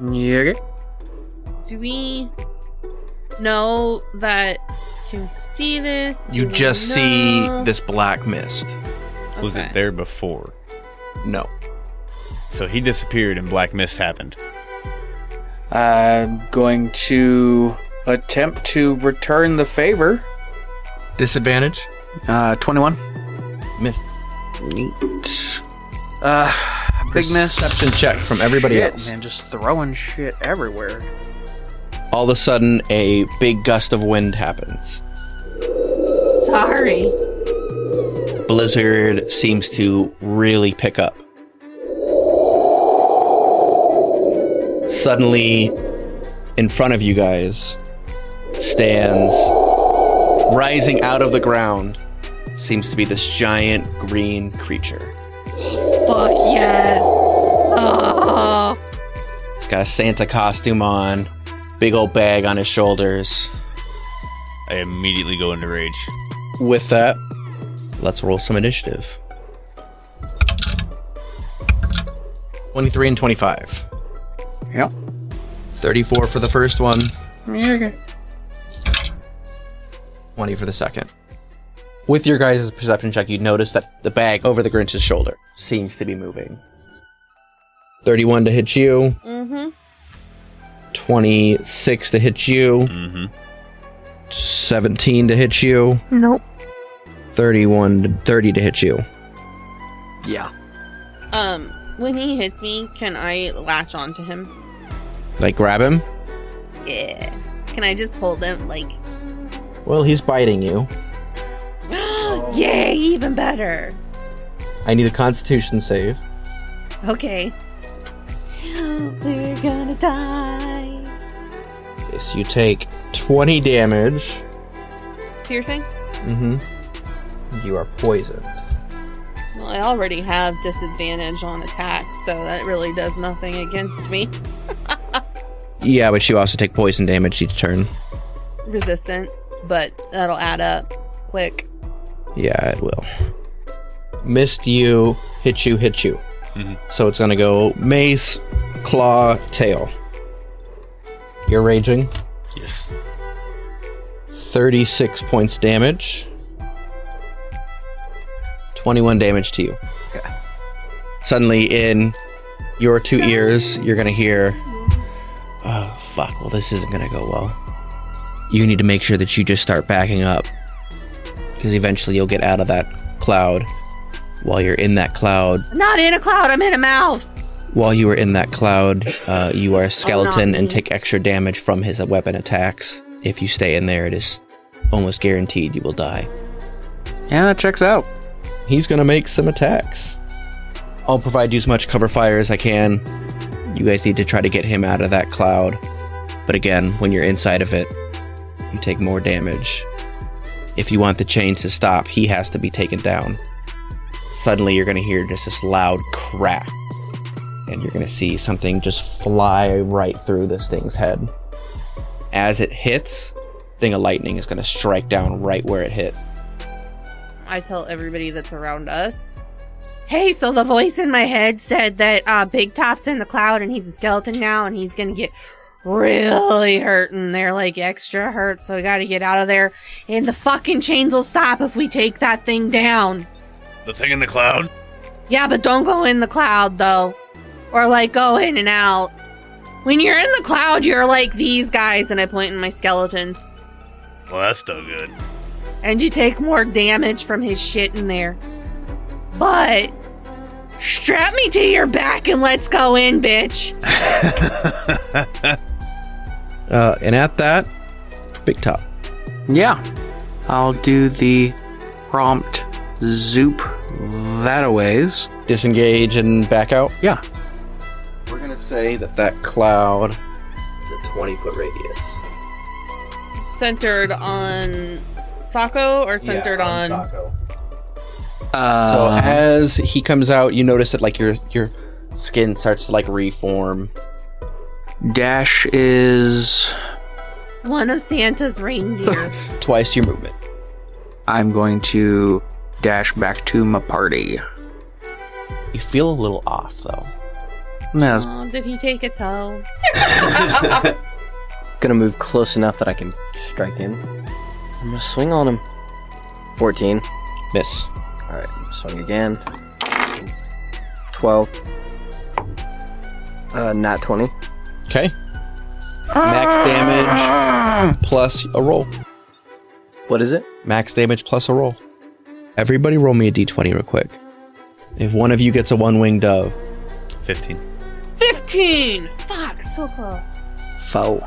S4: Yeah.
S5: Do we know that? Can we see this?
S3: You
S5: Do we
S3: just see
S5: know?
S3: this black mist.
S1: Was it
S5: Okay.
S1: there before?
S3: No.
S1: So he disappeared and black mist happened.
S4: I'm going to attempt to return the favor.
S3: Disadvantage?
S4: Uh, 21.
S3: Missed.
S4: Neat. Uh, big miss.
S3: Perception check from everybody
S4: Shit,
S3: else.
S4: Man, just throwing shit everywhere.
S3: All of a sudden, a big gust of wind happens.
S5: Sorry.
S3: Blizzard seems to really pick up. Suddenly, in front of you guys, stands rising out of the ground, seems to be this giant green creature.
S5: Fuck yes. Oh.
S3: He's got a Santa costume on, big old bag on his shoulders.
S1: I immediately go into rage.
S3: With that, let's roll some initiative. 23 and 25.
S4: Yep.
S3: 34 for the first one,
S4: Yeah.
S3: 20 for the second. With your guys' perception check, you notice that the bag over the Grinch's shoulder seems to be moving. 31 to hit you,
S5: Mhm.
S3: 26 to hit you, 17 to hit you,
S7: Nope.
S3: 31 to 30 to hit you.
S4: Yeah.
S5: Um, when he hits me, can I latch onto him?
S3: Like, grab him?
S5: Yeah. Can I just hold him? Like,
S16: Well, he's biting you.
S5: yay, even better.
S16: I need a Constitution save.
S5: Okay. We're gonna die.
S16: Okay, so you take 20 damage.
S5: Piercing?
S16: Mm-hmm. You are poisoned.
S5: Well, I already have disadvantage on attacks, so that really does nothing against me.
S16: Yeah, but you also take poison damage each turn.
S5: Resistant, but that'll add up quick.
S16: Yeah, it will. Missed you, hit you, hit you. So it's gonna go mace, claw, tail. You're raging.
S1: Yes.
S16: 36 points damage.
S3: 21 damage to you.
S16: Okay.
S3: Suddenly, in your two ears, you're gonna hear, "Oh fuck! Well, this isn't gonna go well." You need to make sure that you just start backing up, because eventually you'll get out of that cloud. While you're in that cloud,
S5: I'm not in a cloud, I'm in a mouth.
S3: while you are in that cloud, uh, you are a skeleton
S5: me.
S3: and take extra damage from his weapon attacks. If you stay in there, it is almost guaranteed you will die.
S4: Yeah, that checks out.
S3: He's gonna make some attacks. I'll provide you as much cover fire as I can. You guys need to try to get him out of that cloud. But again, when you're inside of it, you take more damage. If you want the chains to stop, he has to be taken down. Suddenly, you're gonna hear just this loud crack, and you're gonna see something just fly right through this thing's head. As it hits, thing of lightning is gonna strike down right where it hit.
S5: I tell everybody that's around us. Hey, so the voice in my head said that uh, Big Top's in the cloud and he's a skeleton now and he's gonna get really hurt and they're like extra hurt, so we gotta get out of there. And the fucking chains will stop if we take that thing down.
S17: The thing in the cloud?
S5: Yeah, but don't go in the cloud though. Or like go in and out. When you're in the cloud, you're like these guys, and I point in my skeletons.
S17: Well, that's still good.
S5: And you take more damage from his shit in there. But strap me to your back and let's go in, bitch.
S16: Uh, and at that, Big Top.
S4: Yeah. I'll do the prompt zoop that a ways.
S3: Disengage and back out?
S4: Yeah.
S3: We're gonna say that that cloud is a 20 foot radius.
S5: Centered on Sako or centered on,
S3: so as he comes out, you notice that like your your skin starts to like reform.
S4: Dash is
S5: one of Santa's reindeer.
S3: twice your movement.
S4: I'm going to dash back to my party.
S3: You feel a little off though.
S4: That's
S5: oh, did he take a toe?
S6: Gonna move close enough that I can strike in. I'm gonna swing on him. 14.
S3: Miss.
S6: Alright, swing again. 12. Uh, not 20.
S3: Okay. Max damage plus a roll.
S6: What is it?
S3: Max damage plus a roll. Everybody roll me a d20 real quick. If one of you gets a one winged dove.
S1: 15.
S5: 15! Fuck, so close.
S6: Foe.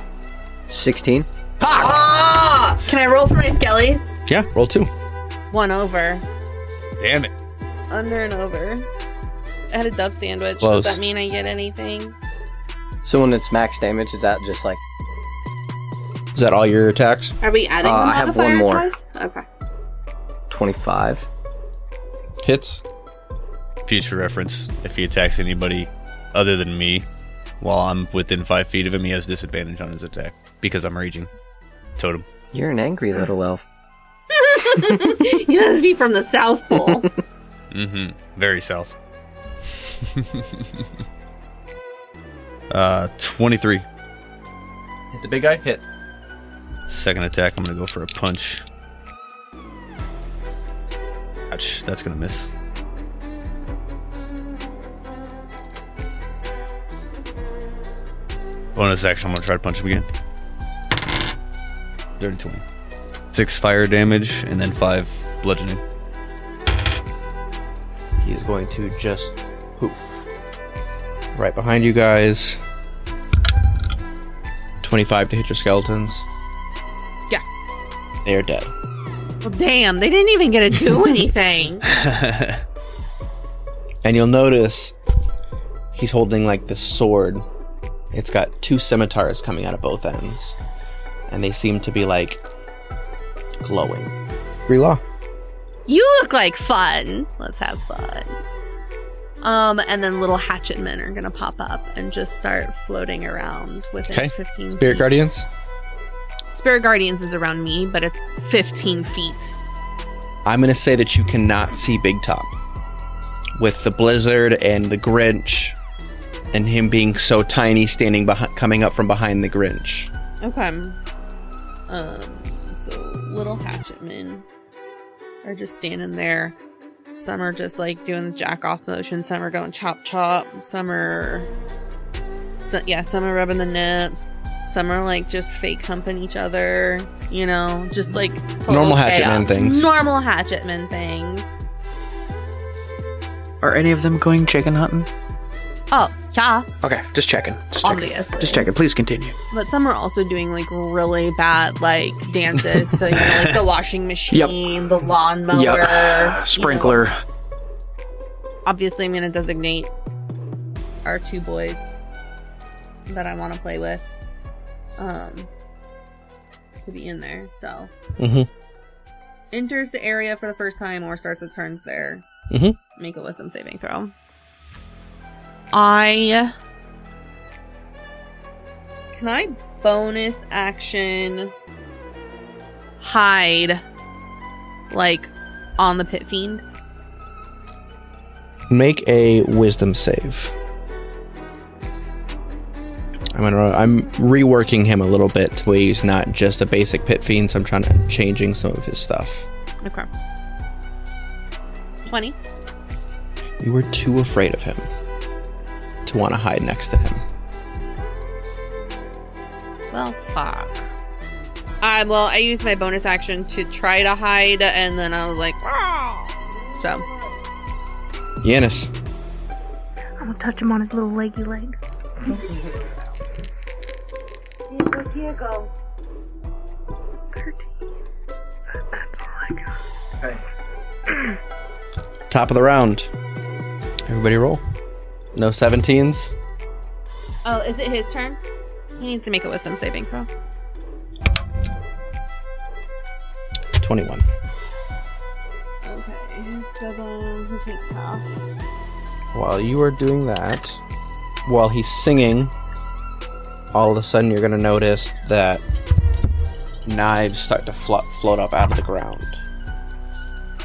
S6: 16.
S5: Ah! Can I roll for my skellies?
S3: Yeah, roll two.
S5: One over.
S1: Damn it.
S5: Under and over. I had a dove sandwich.
S6: Close.
S5: Does that mean I get anything?
S6: So when it's max damage, is that just like.
S3: Is that all your attacks?
S5: Are we adding
S6: Uh,
S5: the
S6: I have one
S5: modifier
S6: more.
S5: twice? Okay.
S6: 25.
S3: Hits.
S1: Future reference if he attacks anybody other than me while I'm within five feet of him, he has disadvantage on his attack because I'm raging. Totem.
S6: You're an angry little elf.
S5: you must be from the South Pole.
S1: Mm hmm. Very south. uh, 23.
S3: Hit the big guy. Hits.
S1: Second attack, I'm gonna go for a punch. Ouch, that's gonna miss. Bonus action, I'm gonna try to punch him again. 30 20. Six fire damage, and then five bludgeoning.
S3: He is going to just poof. Right behind you guys. 25 to hit your skeletons.
S5: Yeah.
S3: They are dead.
S5: Well, damn, they didn't even get to do anything.
S3: and you'll notice he's holding like this sword. It's got two scimitars coming out of both ends. And they seem to be like glowing. Relaw.
S5: You look like fun. Let's have fun. Um, and then little hatchet men are gonna pop up and just start floating around within
S3: Okay.
S5: 15
S3: Spirit
S5: feet.
S3: Guardians.
S5: Spirit Guardians is around me, but it's 15 feet.
S3: I'm going to say that you cannot see Big Top. With the blizzard and the Grinch and him being so tiny standing behind coming up from behind the Grinch.
S5: Okay. Um, so little hatchet men are just standing there. Some are just like doing the jack off motion. Some are going chop chop. Some are, so, yeah, some are rubbing the nips. Some are like just fake humping each other. You know, just like total
S3: Normal hatchet
S5: chaos.
S3: man things.
S5: Normal hatchet men things.
S4: Are any of them going chicken hunting?
S5: Oh, yeah.
S4: Okay, just checking. Just checking.
S5: Obviously.
S4: Just checking. Please continue.
S5: But some are also doing like really bad like dances. So you know, like the washing machine, the lawnmower, you know.
S4: Yep. Uh, Sprinkler.
S5: Obviously, I'm gonna designate our two boys that I want to play with um to be in there. So
S3: Mm-hmm.
S5: enters the area for the first time or starts its turns there.
S3: Mhm.
S5: Make a wisdom saving throw. I can I bonus action hide like on the pit fiend?
S3: Make a wisdom save. I'm gonna, I'm reworking him a little bit to where he's not just a basic pit fiend, so I'm trying to changing some of his stuff.
S5: Okay. Twenty.
S3: You were too afraid of him to want to hide next to him.
S5: Well, fuck. I well, I used my bonus action to try to hide, and then I was like, "Ah!" so.
S3: Yanis.
S7: I'm gonna touch him on his little leggy leg.
S18: Here go.
S3: Top of the round. Everybody roll. No 17s.
S5: Oh, is it his turn? He needs to make a wisdom saving throw.
S3: 21.
S5: Okay, so then he takes half.
S3: While you are doing that, while he's singing, all of a sudden you're going to notice that knives start to flo- float up out of the ground.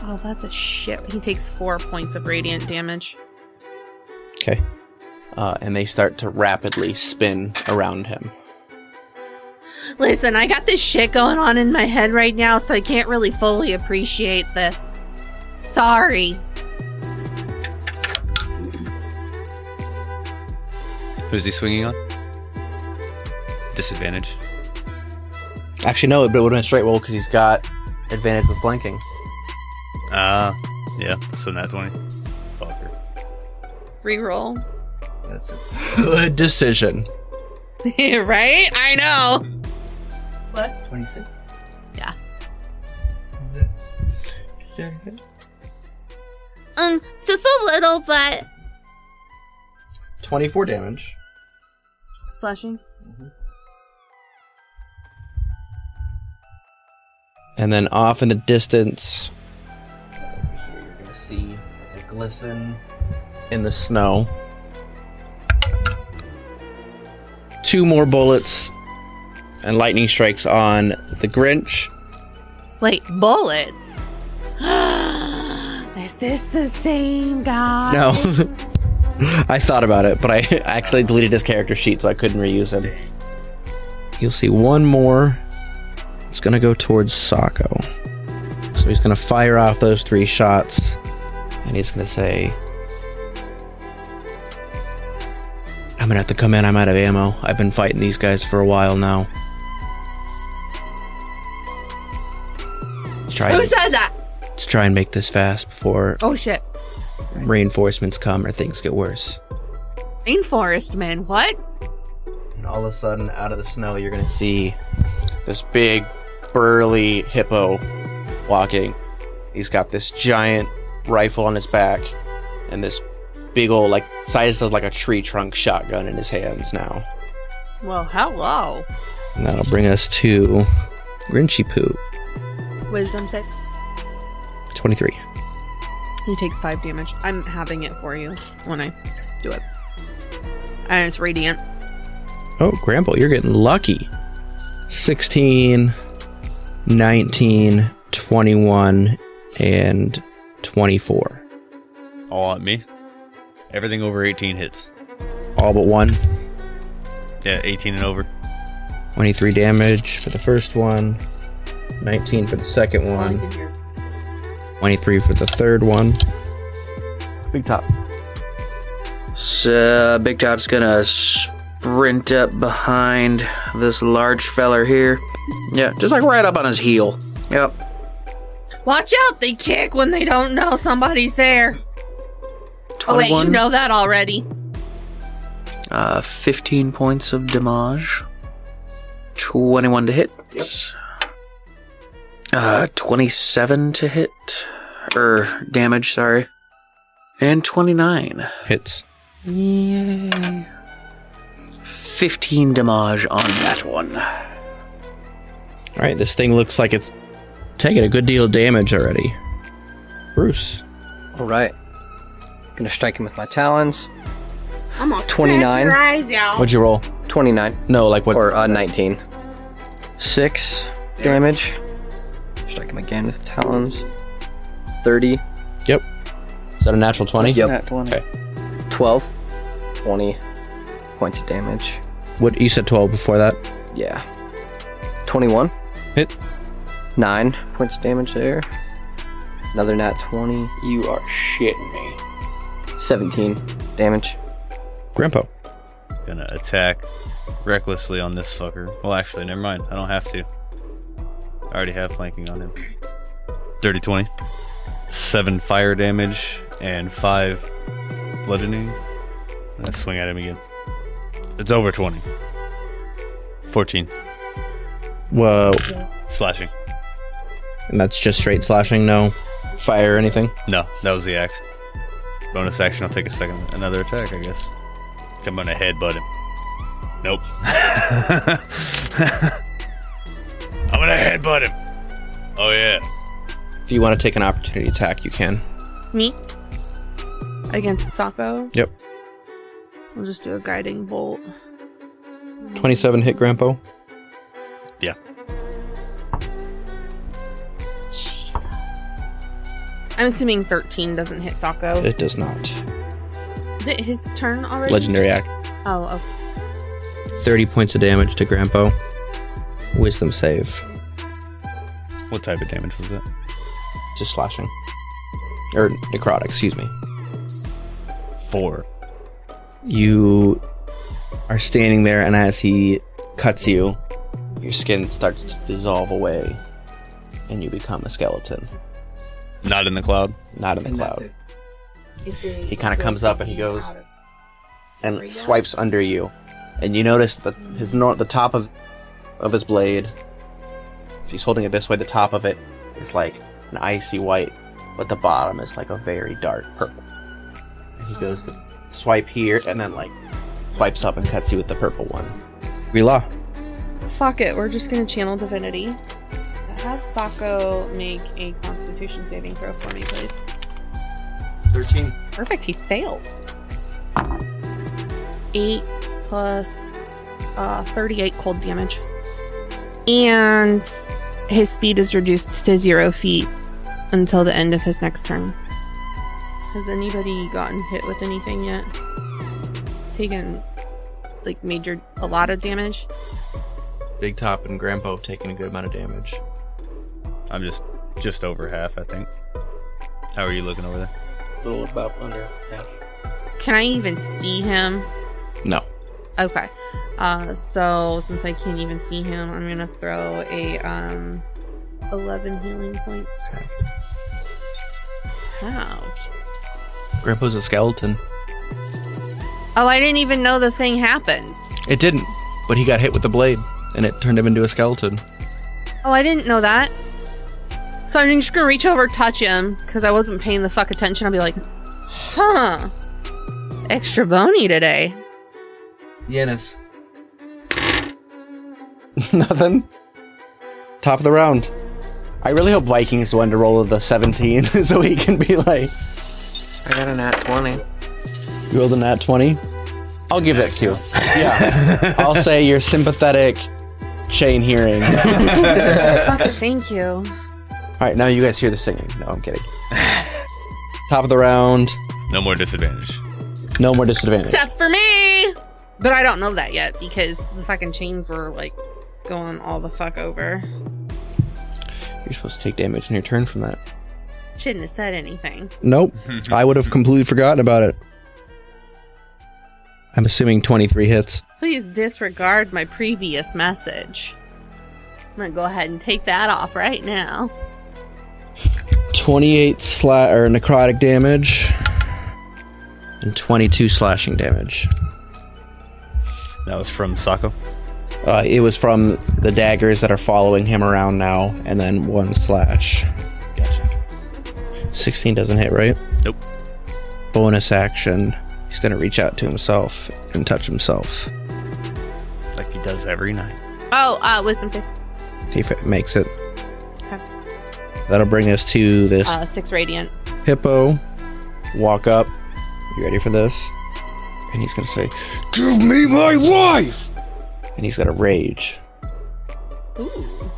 S5: Oh, that's a shit. He takes four points of radiant damage.
S3: Okay. Uh, and they start to rapidly spin around him.
S5: Listen, I got this shit going on in my head right now, so I can't really fully appreciate this. Sorry.
S1: Who's he swinging on? Disadvantage.
S3: Actually, no, but it would have been a straight roll because he's got advantage with blanking.
S1: Ah, yeah. So not twenty. Fucker.
S5: Reroll.
S3: That's a good decision.
S5: right? I know. What?
S3: 26.
S5: Yeah. Um, just a little, but
S3: 24 damage.
S5: slashing.
S3: And then off in the distance,
S19: You're gonna see the glisten.
S3: in the snow. Two more bullets and lightning strikes on the Grinch.
S5: Wait, bullets. Is this the same guy?
S3: No. I thought about it, but I actually deleted his character sheet so I couldn't reuse him. You'll see one more. It's going to go towards Sako. So he's going to fire off those three shots and he's going to say, I'm going to have to come in. I'm out of ammo. I've been fighting these guys for a while now. Let's try,
S5: Who said that?
S3: let's try and make this fast before
S5: Oh shit.
S3: reinforcements come or things get worse.
S5: Rainforest man, what?
S3: And all of a sudden, out of the snow, you're gonna see this big, burly hippo walking. He's got this giant rifle on his back and this big old, like, size of like a tree trunk shotgun in his hands now.
S5: Well, hello.
S3: And that'll bring us to Grinchy Poo,
S5: Wisdom six.
S3: 23.
S5: He takes five damage. I'm having it for you when I do it. And it's radiant.
S3: Oh, Grandpa, you're getting lucky. 16, 19, 21, and 24.
S1: All on me. Everything over 18 hits.
S3: All but one.
S1: Yeah, 18 and over.
S3: 23 damage for the first one, 19 for the second one, 23 for the third one. Big top.
S11: So, Big Top's gonna sprint up behind this large feller here. Yeah, just like right up on his heel. Yep.
S5: Watch out, they kick when they don't know somebody's there. Oh, wait, you
S11: 21.
S5: know that already.
S11: Uh, 15 points of damage. 21 to hit. Uh, 27 to hit. Or damage, sorry. And 29.
S3: Hits.
S11: Yay. 15 damage on that one.
S3: All right, this thing looks like it's taking a good deal of damage already. Bruce.
S6: All right. Gonna strike him with my talons.
S5: I'm gonna scratch
S6: 29.
S5: your eyes out.
S3: What'd you roll?
S6: 29.
S3: No, like what?
S6: Or uh, 19. Six damage. Strike him again with talons. 30.
S3: Yep. Is that a natural 20?
S6: Yep.
S11: Nat 20.
S6: 12. 20 points of damage.
S3: What you said 12 before that?
S6: Yeah. 21.
S3: Hit.
S6: 9 points of damage there. Another nat 20.
S11: You are shitting me.
S6: 17 damage.
S3: Grandpa.
S1: Gonna attack recklessly on this fucker. Well, actually, never mind. I don't have to. I already have flanking on him. Dirty 20. 7 fire damage and 5 bludgeoning. Let's swing at him again. It's over 20. 14.
S3: Whoa.
S1: Slashing.
S3: And that's just straight slashing, no fire or anything.
S1: No, that was the axe. Bonus action, I'll take a second. Another attack, I guess. Come on, a headbutt him. Nope. I'm gonna headbutt him. Oh, yeah.
S3: If you want to take an opportunity attack, you can.
S5: Me? Against Sako?
S3: Yep.
S5: We'll just do a guiding bolt.
S3: 27 hit Grandpa.
S1: Yeah.
S5: I'm assuming 13 doesn't hit Sako.
S3: It does not.
S5: Is it his turn already?
S3: Legendary act.
S5: Oh, okay.
S3: 30 points of damage to Grandpa. Wisdom save.
S1: What type of damage was that?
S3: Just slashing. Or necrotic, excuse me.
S1: Four.
S3: You are standing there, and as he cuts you, your skin starts to dissolve away, and you become a skeleton.
S1: Not in the cloud.
S3: Not in the cloud. He kind of comes up and he goes and swipes under you, and you notice that his nor- the top of of his blade. If he's holding it this way, the top of it is like an icy white, but the bottom is like a very dark purple. And he goes to swipe here, and then like swipes up and cuts you with the purple one. Rila.
S5: Fuck it, we're just gonna channel divinity. Have Sako make a constitution saving throw for me, please.
S6: 13.
S5: Perfect, he failed. 8 plus uh, 38 cold damage. And his speed is reduced to 0 feet until the end of his next turn. Has anybody gotten hit with anything yet? Taken, like, major, a lot of damage?
S3: Big Top and Grandpa have taken a good amount of damage.
S1: I'm just just over half, I think. How are you looking over there?
S10: little about under half.
S5: Can I even see him?
S3: No.
S5: Okay. Uh, so since I can't even see him, I'm gonna throw a um, eleven healing points. How?
S3: Grandpa's a skeleton.
S5: Oh, I didn't even know the thing happened.
S3: It didn't. But he got hit with the blade, and it turned him into a skeleton.
S5: Oh, I didn't know that. So I'm just gonna reach over, touch him, because I wasn't paying the fuck attention. I'll be like, huh, extra bony today.
S20: Yanis.
S3: Nothing. Top of the round. I really hope Vikings won to roll of the 17 so he can be like,
S21: I got a nat 20.
S3: you rolled a nat 20? I'll give that to you. Yeah. I'll say you're sympathetic, chain hearing.
S5: Fuck, Thank you.
S3: All right, now you guys hear the singing. No, I'm kidding. Top of the round.
S1: No more disadvantage.
S3: No more disadvantage.
S5: Except for me! But I don't know that yet because the fucking chains were like going all the fuck over.
S3: You're supposed to take damage in your turn from that.
S5: Shouldn't have said anything.
S3: Nope. I would have completely forgotten about it. I'm assuming 23 hits.
S5: Please disregard my previous message. I'm gonna go ahead and take that off right now.
S3: 28 sla- or necrotic damage and 22 slashing damage.
S1: That was from Sako.
S3: Uh, it was from the daggers that are following him around now, and then one slash.
S1: Gotcha.
S3: 16 doesn't hit, right?
S1: Nope.
S3: Bonus action. He's going to reach out to himself and touch himself.
S1: Like he does every night.
S5: Oh, uh, wisdom save.
S3: If it makes it.
S5: Okay.
S3: That'll bring us to this
S5: Uh, six radiant.
S3: hippo. Walk up. You ready for this? And he's going to say, Give me my life! And he's going to rage.
S5: Ooh.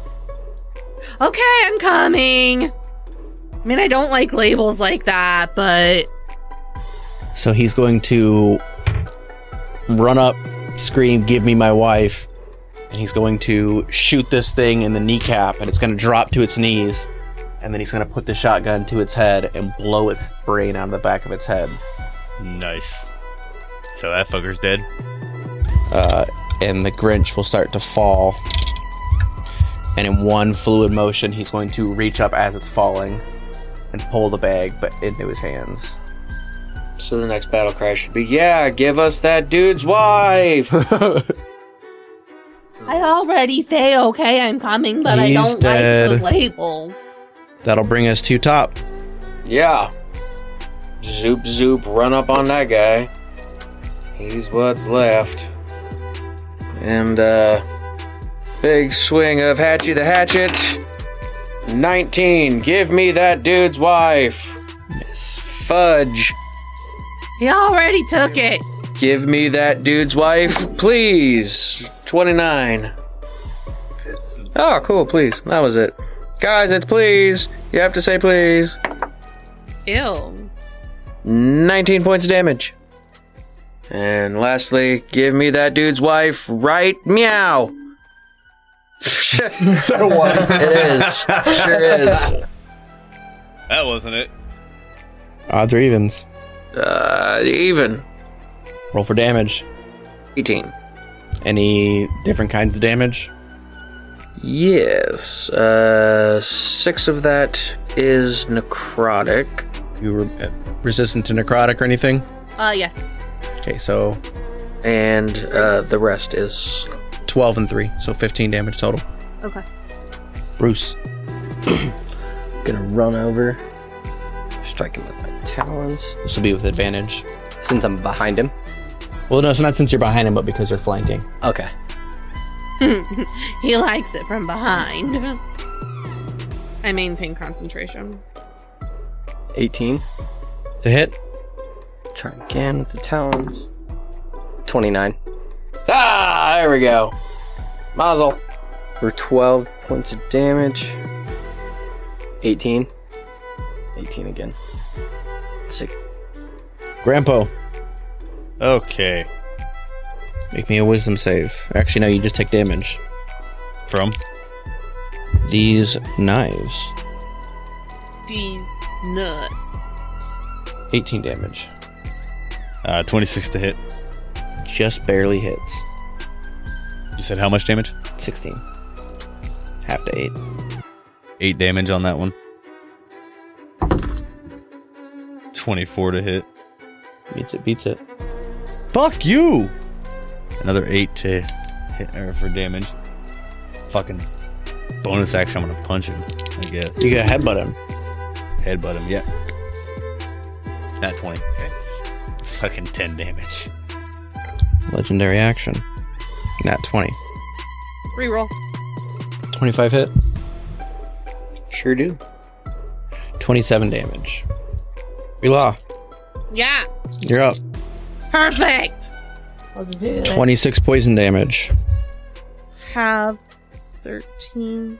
S5: Okay, I'm coming. I mean, I don't like labels like that, but
S3: So he's going to run up, scream, give me my wife. And he's going to shoot this thing in the kneecap, and it's going to drop to its knees. And then he's going to put the shotgun to its head and blow its brain out of the back of its head.
S1: Nice. So that fucker's dead.
S3: Uh, and the Grinch will start to fall. And in one fluid motion, he's going to reach up as it's falling and pull the bag but into his hands.
S4: So the next battle cry should be, yeah, give us that dude's wife.
S5: I already say okay, I'm coming, but I
S3: He's
S5: don't
S3: dead.
S5: like those labels.
S3: That'll bring us to top.
S4: yeah. Zoop zoop, run up on that guy. He's what's left. And uh big swing of Hatchet the Hatchet. 19. Give me that dude's wife. Fudge.
S5: He already took it.
S4: Give me that dude's wife, please. 29. Oh, cool, please. That was it. Guys, it's please. You have to say please.
S5: Ew.
S4: 19 points of damage. And lastly, give me that dude's wife right meow. is
S3: that a one?
S4: It is. Sure is.
S1: That wasn't it.
S3: Odds or evens.
S4: Uh, even.
S3: Roll for damage.
S4: 18.
S3: Any different kinds of damage?
S4: Yes. Uh, six of that is necrotic.
S3: You were uh, resistant to necrotic or anything?
S5: Uh, yes.
S3: Okay, so.
S4: And uh, the rest is.
S3: 12 and 3, so 15 damage total.
S5: Okay.
S3: Bruce.
S6: Gonna run over, strike him with my talons.
S3: This will be with advantage.
S6: Since I'm behind him.
S3: Well, no, it's not since you're behind him, but because you're flanking.
S6: Okay.
S5: he likes it from behind. I maintain concentration.
S6: 18.
S3: To hit?
S6: Try again with the talons. 29.
S4: Ah, there we go. Mazel.
S6: For 12 points of damage. 18. 18 again. Six.
S3: Grandpa,
S1: Okay.
S3: make me a wisdom save. Actually, no, you just take damage.
S1: From?
S3: These knives.
S5: These nuts.
S3: 18 damage.
S1: Uh, 26 to hit.
S3: Just barely hits.
S1: You said how much damage?
S3: 16. Half to 8.
S1: 8 damage on that one. 24 to hit.
S3: Beats it, beats it.
S1: Fuck you! Another 8 to hit, or for damage. Fucking bonus action, I'm gonna punch him. I guess.
S3: You gotta headbutt him.
S1: Headbutt him, yeah. Not 20. Fucking 10 damage.
S3: Legendary action. Nat 20.
S5: Reroll.
S3: 25 hit.
S11: Sure do.
S3: 27 damage. Rila,
S5: Yeah.
S3: you're up.
S5: Perfect. Let's do it.
S3: 26 poison damage.
S5: have 13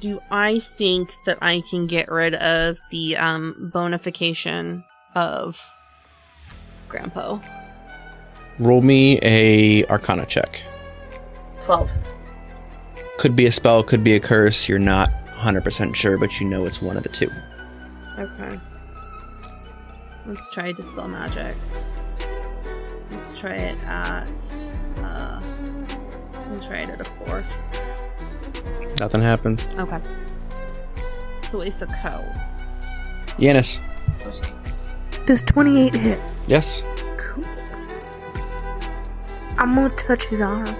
S5: do i think that i can get rid of the um bonification of grandpa
S3: Roll me a Arcana check.
S5: 12
S3: Could be a spell, could be a curse. You're not 100% sure, but you know it's one of the two.
S5: okay let's try dispel magic let's try it at uh we'll try it at a four
S3: Nothing happens.
S5: okay it's a waste of co
S3: Yanis.
S7: Does 28 hit?
S3: Yes.
S7: I'm gonna touch his arm.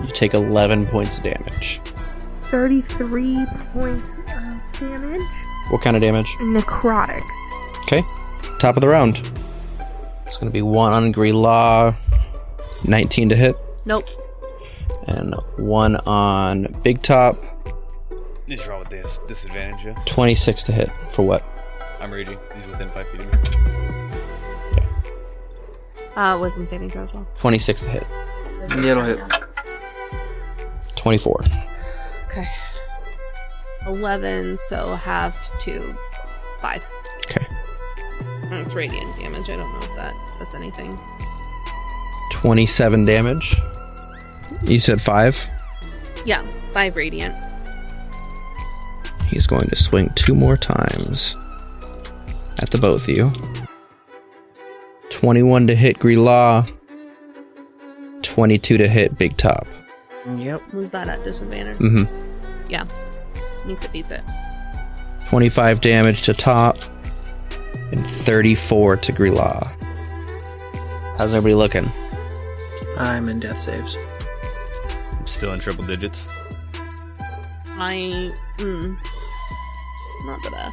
S3: You take 11 points of damage.
S7: 33 points of damage.
S3: What kind of damage?
S7: Necrotic.
S3: Okay. Top of the round. It's going to be one on Grilla, 19 to hit,
S5: nope
S3: and one on Big Top,
S1: What's wrong with this disadvantage? Yeah?
S3: 26 to hit. For what?
S1: I'm raging. He's within five feet of me.
S5: uh wisdom saving throw as well
S3: 26 to hit.
S11: Yeah, it'll hit.
S3: 24.
S5: Okay. 11, so halved to 5.
S3: Okay.
S5: That's radiant damage. I don't know if that does anything.
S3: 27 damage. You said 5.
S5: Yeah, 5 radiant.
S3: He's going to swing two more times at the both of you. 21 to hit Grilla, 22 to hit Big Top.
S5: Yep. Was that at disadvantage?
S3: Mhm.
S5: Yeah. Meets it, beats it.
S3: 25 damage to top and 34 to Grilla. How's everybody looking?
S11: I'm in death saves.
S1: I'm still in triple digits.
S5: I. Mm, not the best.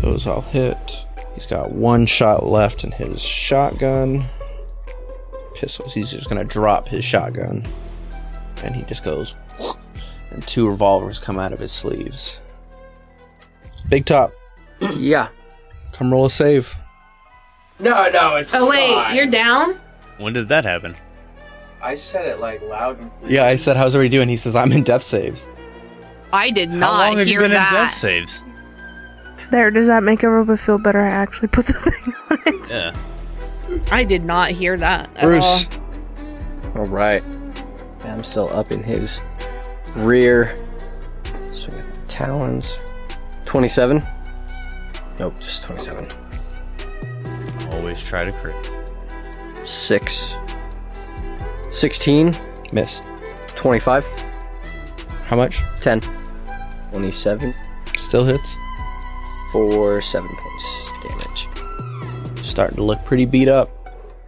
S3: Those all hit. He's got one shot left in his shotgun. Pistols. He's just gonna drop his shotgun. And he just goes and two revolvers come out of his sleeves. Big top.
S11: yeah.
S3: Come roll a save.
S11: No, no, it's.
S5: oh, wait,
S11: fine.
S5: you're down?
S1: When did that happen?
S11: I said it like loud and.
S3: Yeah, I said, How's everybody doing? He says, I'm in death saves.
S5: I did
S1: How
S5: not
S1: long have you
S5: hear
S1: been in death
S5: that.
S1: saves?
S7: There, does that make everybody feel better? I actually put the thing on it.
S1: Yeah.
S5: I did not hear that. At all.
S6: Bruce. All right. I'm still up in his rear. Swing at the talons. 27. Nope, just 27.
S1: Always try to crit.
S6: 6. 16.
S3: Miss.
S6: 25.
S3: How much?
S6: 10. 27
S3: Still hits.
S6: for 7 points damage.
S3: Starting to look pretty beat up.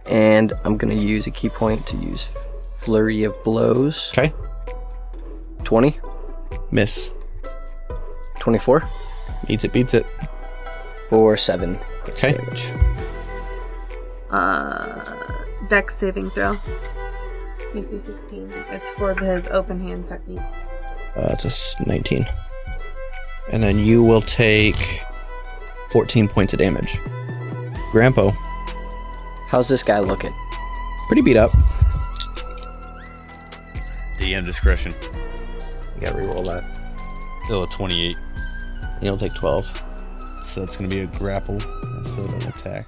S6: And I'm going to use a key point to use Flurry of Blows.
S3: Okay.
S6: 20.
S3: Miss.
S6: 24.
S3: Beats it, beats it.
S6: For 7
S3: Okay.
S5: Uh, Dex saving throw. DC 16. It's for his open hand technique.
S3: Uh, it's a s- 19. And then you will take 14 points of damage. Grandpa,
S6: How's this guy looking?
S3: pretty beat up.
S1: DM discretion.
S3: You gotta reroll that.
S1: Still a 28.
S3: You'll take 12.
S1: So that's gonna be a grapple instead of an attack.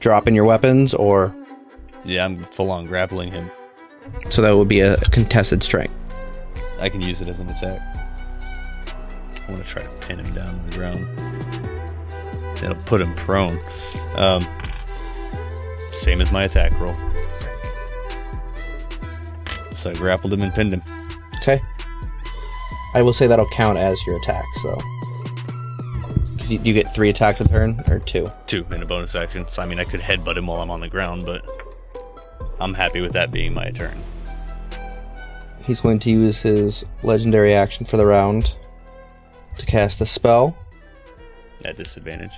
S3: Dropping your weapons, or.
S1: Yeah, I'm full on grappling him.
S3: So that would be a contested strength.
S1: I can use it as an attack. I want to try to pin him down on the ground. That'll put him prone. Um, same as my attack roll. So I grappled him and pinned him.
S3: Okay. I will say that'll count as your attack, so. 'Cause you, you get three attacks a turn, or two.
S1: Two in a bonus action. So I mean, I could headbutt him while I'm on the ground, but I'm happy with that being my turn.
S3: He's going to use his legendary action for the round to cast a spell.
S1: At disadvantage.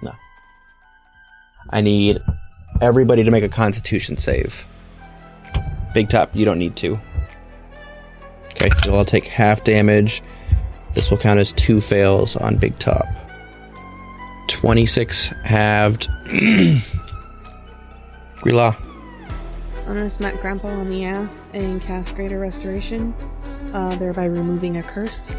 S3: No. I need everybody to make a constitution save. Big Top, you don't need to. Okay, you'll all take half damage. This will count as two fails on Big Top. 26 halved. Grilla.
S5: I'm gonna smack Grandpa on the ass and cast Greater Restoration, uh, thereby removing a curse.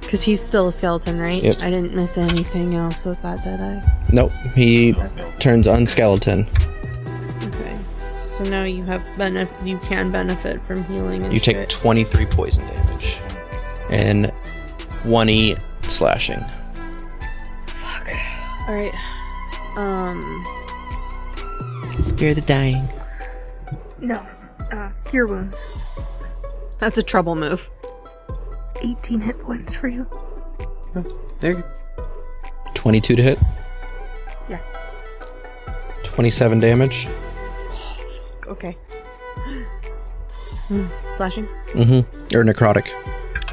S5: Because he's still a skeleton, right?
S3: Yep.
S5: I didn't miss anything else with that, did I?
S3: Nope, he turns unskeleton.
S5: Okay. So now you have benef- you can benefit from healing. And
S3: You take
S5: shit.
S3: 23 poison damage and 1e slashing.
S5: All right. Um.
S2: Spare the dying.
S7: No. Uh, cure wounds.
S5: That's a trouble move.
S7: 18 hit points for you.
S3: There you 22 to hit.
S7: Yeah.
S3: 27 damage.
S5: Okay. Hmm, Slashing.
S3: Mm hmm. Or necrotic.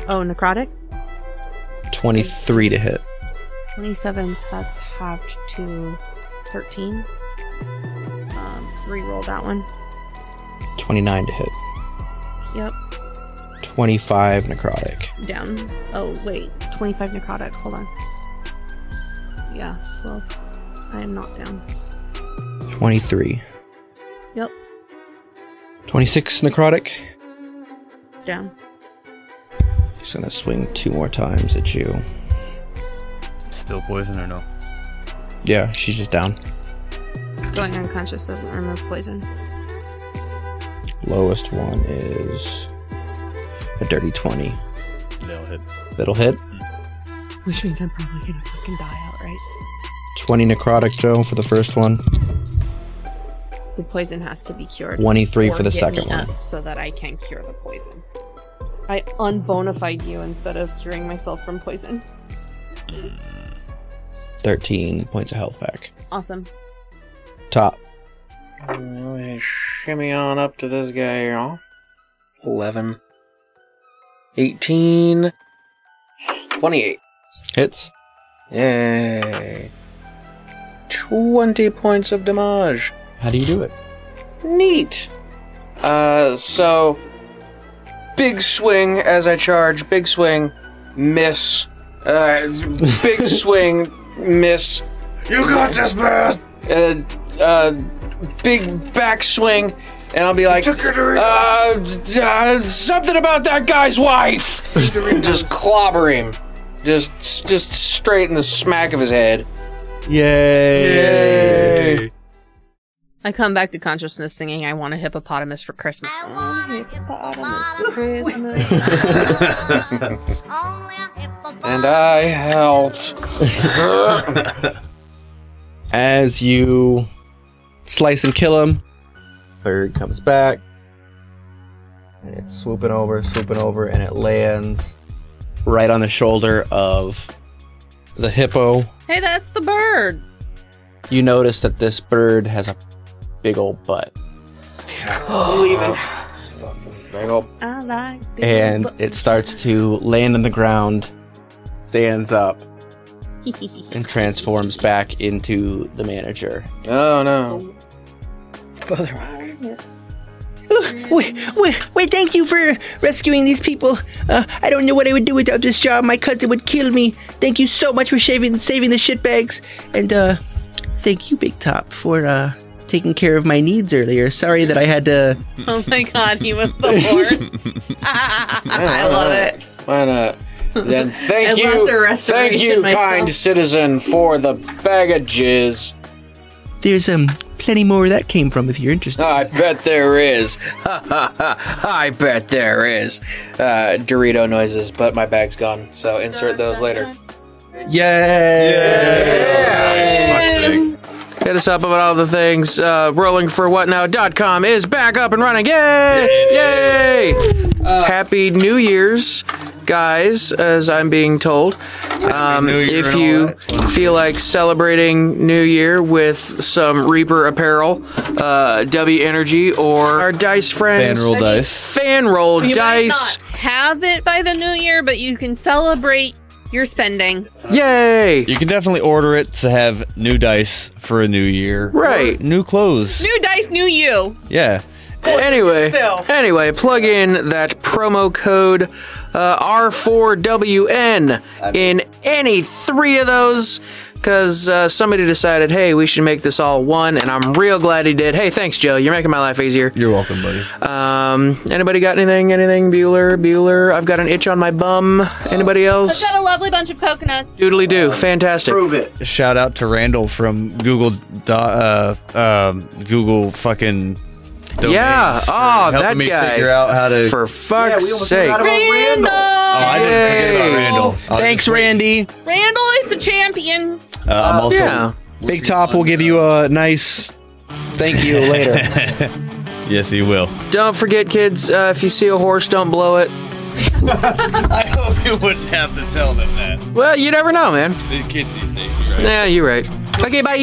S5: Oh, necrotic.
S3: 23 to hit.
S5: 27, so that's halved to 13. Um, re-roll that one.
S3: 29 to hit.
S5: Yep.
S3: 25 necrotic.
S5: Down. Oh, wait. 25 necrotic. Hold on. Yeah, 12. I am not down.
S3: 23.
S5: Yep.
S3: 26 necrotic.
S5: Down.
S3: He's gonna swing two more times at you.
S1: Still poison or no?
S3: Yeah, she's just down.
S5: Going unconscious doesn't remove poison.
S3: Lowest one is a dirty 20.
S1: That'll hit.
S3: That'll hit.
S5: Which means I'm probably gonna fucking die outright.
S3: 20 necrotic, Joe, for the first one.
S5: The poison has to be cured.
S3: 23 for the
S5: or get me
S3: second one.
S5: Up so that I can cure the poison. I unbonified you instead of curing myself from poison.
S3: 13 points of health back.
S5: Awesome.
S3: Top.
S22: Really shimmy on up to this guy here. huh?
S4: 11, 18, 28.
S3: Hits.
S4: Yay. 20 points of damage.
S3: How do you do it?
S4: Neat. Uh, so big swing as I charge. Big swing, miss. Uh, big swing, miss.
S23: You got this, man.
S4: Uh, uh, big backswing, and I'll be like, uh, d- uh, something about that guy's wife. just clobber him, just just straight in the smack of his head.
S24: Yay!
S5: I come back to consciousness singing I want a hippopotamus for Christmas. I want a hippopotamus for Christmas.
S4: And I helped.
S3: As you slice and kill him, bird comes back. And it's swooping over, swooping over, and it lands right on the shoulder of the hippo.
S5: hey, that's the bird!
S3: You notice that this bird has a big old butt.
S4: leaving.
S3: Big old
S5: I like big
S3: and it starts to land on the ground, stands up, and transforms back into the manager.
S4: Oh no!
S2: Wait, wait, wait, thank you for rescuing these people. Uh, I don't know what I would do without this job. My cousin would kill me. Thank you so much for saving, saving the shitbags. And uh, thank you, Big Top, for uh, taking care of my needs earlier. Sorry that I had to.
S5: Oh my god, he was the worst. I love it.
S4: Why not? Then
S5: I
S4: thank
S5: lost a
S4: you,
S5: restoration
S4: thank you,
S5: myself.
S4: kind citizen, for the bag of jizz.
S2: There's um plenty more where that came from if you're interested.
S4: Ah, I bet there is. I bet there is. Uh, Dorito noises, but my bag's gone, so insert those later.
S25: Yeah.
S4: Hit us up about all the things. Uh, rollingforwhatnow.com is back up and running. Yay! Yay! Happy New Year's. guys, as I'm being told. Um, if you feel like celebrating New Year with some Reaper apparel, uh, W Energy, or our dice friends,
S1: Fan roll dice.
S4: fan roll
S5: you
S4: dice.
S5: might not have it by the new year, but you can celebrate your spending.
S4: Yay!
S1: You can definitely order it to have new dice for a new year.
S4: Right.
S1: New clothes.
S5: New dice, new you.
S1: Yeah.
S4: Anyway, anyway, plug in that promo code uh, R4WN in any three of those because uh, somebody decided, hey, we should make this all one, and I'm real glad he did. Hey, thanks, Joe. You're making my life easier.
S1: You're welcome, buddy.
S4: Um, anybody got anything? Anything? Bueller, Bueller. I've got an itch on my bum. Anybody
S5: I've
S4: else?
S5: got a lovely bunch of coconuts.
S4: Doodly do. Fantastic. Prove it.
S1: Shout out to Randall from Google, do- uh, um, Google fucking. domains
S4: Yeah.
S1: for
S4: Oh,
S1: helping
S4: that
S1: me
S4: guy.
S1: Figure out how to.
S4: For fuck's sake.
S5: Randall.
S1: Oh, I didn't forget about Randall. I'll
S26: Thanks, Randy.
S5: Randall is the champion.
S1: Uh, I'm also
S26: yeah. Big Top will give you a nice thank you later.
S1: yes, he will.
S4: Don't forget, kids, uh, if you see a horse, don't blow it.
S1: I hope you wouldn't have to tell them that.
S4: Well, you never know, man.
S1: The kids these days, you're right?
S4: Yeah, you're right. Okay,
S1: bye.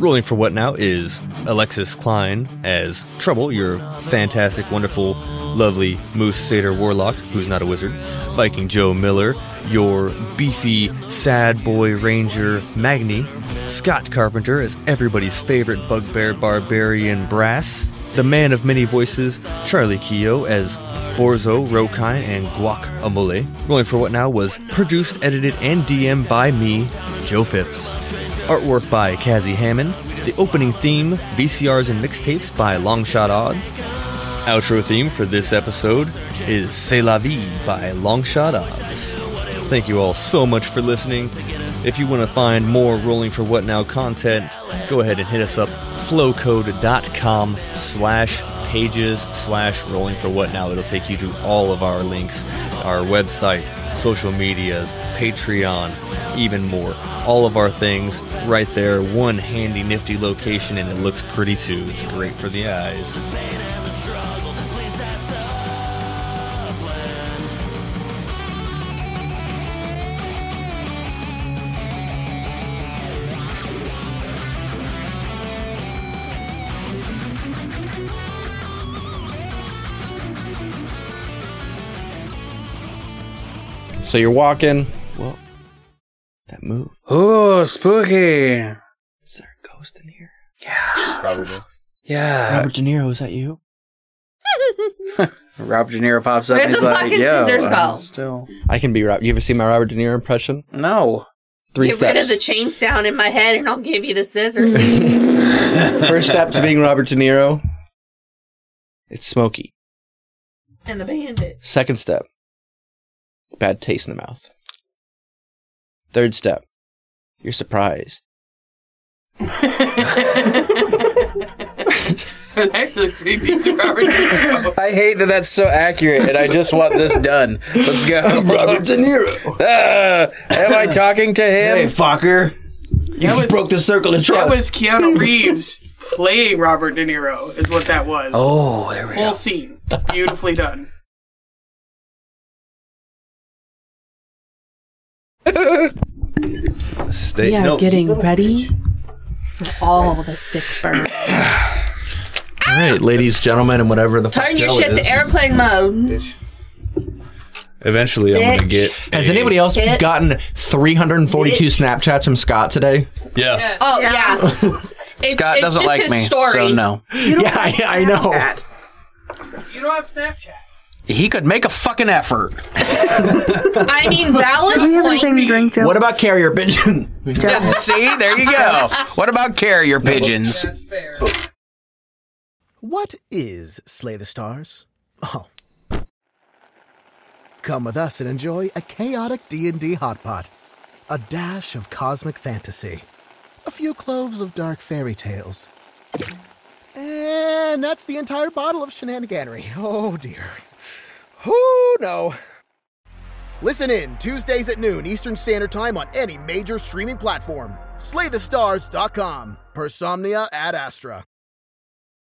S1: Rolling for what now is Alexis Klein as Trouble, your fantastic, wonderful, lovely Moose Satyr Warlock, who's not a wizard. Viking Joe Miller, your beefy, sad boy ranger Magni. Scott Carpenter as everybody's favorite bugbear barbarian Brass. The man of many voices, Charlie Keogh as Borzo, Rokine, and Guac Amole. Rolling for What Now was produced, edited, and DM by me, Joe Phipps. Artwork by Kazzy Hammond. The opening theme, VCRs and mixtapes by Longshot Odds. Outro theme for this episode is C'est la vie by Longshot Odds. Thank you all so much for listening. If you want to find more Rolling for What Now content, go ahead and hit us up flowcode.com slash pages slash rolling for what now. It'll take you to all of our links, our website, social medias, Patreon, even more. All of our things right there, one handy nifty location, and it looks pretty too. It's great for the eyes.
S3: So you're walking. Well, that move.
S10: Oh, spooky.
S3: Is there a ghost in here?
S1: Probably.
S10: Yeah.
S3: Robert De Niro, is that you?
S11: Robert De Niro pops up
S10: Where
S11: and
S10: the
S11: he's like,
S10: fuck
S5: is
S11: "Yo,
S5: Scissors
S11: uh,
S5: Skull?
S11: still
S3: I can be Robert. You ever see my Robert De Niro impression?
S11: no."
S3: Three
S5: Get rid of
S3: steps.
S5: the chain sound in my head, and I'll give you the scissors.
S3: First step to being Robert De Niro. It's smoky.
S5: and the bandit.
S3: Second step. Bad taste in the mouth. Third step. You're surprised.
S10: actually pretty decent, Robert. I hate that that's so accurate, and I just want this done. Let's go. Robert De Niro.
S11: Ah,
S10: am I talking to him? Hey, fucker.
S26: You broke the circle of trust.
S27: That was Keanu Reeves playing Robert De Niro, is what that was.
S26: Oh, there we
S27: Whole
S26: go.
S27: scene. Beautifully done.
S1: Stay,
S5: ready for all the sick burn.
S3: All right, ladies, gentlemen, and whatever the
S5: Turn
S3: fuck
S5: your
S3: Joe
S5: shit
S3: is.
S5: to airplane mode.
S1: Eventually,
S5: I'm gonna Bitch. get
S3: Has
S5: a-
S3: anybody else
S5: Bitch.
S3: gotten 342
S5: Bitch.
S3: Snapchats from Scott today?
S1: Yeah.
S5: Oh yeah. It's-
S3: Scott
S5: it's
S3: doesn't
S5: just
S3: like
S5: his
S3: me,
S5: story.
S3: so no.
S27: yeah,
S3: I- I know.
S27: You don't have Snapchat.
S11: He could make a fucking effort.
S5: I mean, valid
S27: Do we have
S5: point.
S27: anything to drink, Joe?
S3: What about carrier pigeon?
S11: Yeah, see, there you go. What about carrier pigeons?
S28: What is Slay the Stars? Oh. Come with us and enjoy a chaotic D&D hot pot, a dash of cosmic fantasy, a few cloves of dark fairy tales. And that's the entire bottle of shenaniganery. Oh dear. Who no. Listen in Tuesdays at noon Eastern Standard Time on any major streaming platform. SlayTheStars.com. Persomnia ad Astra.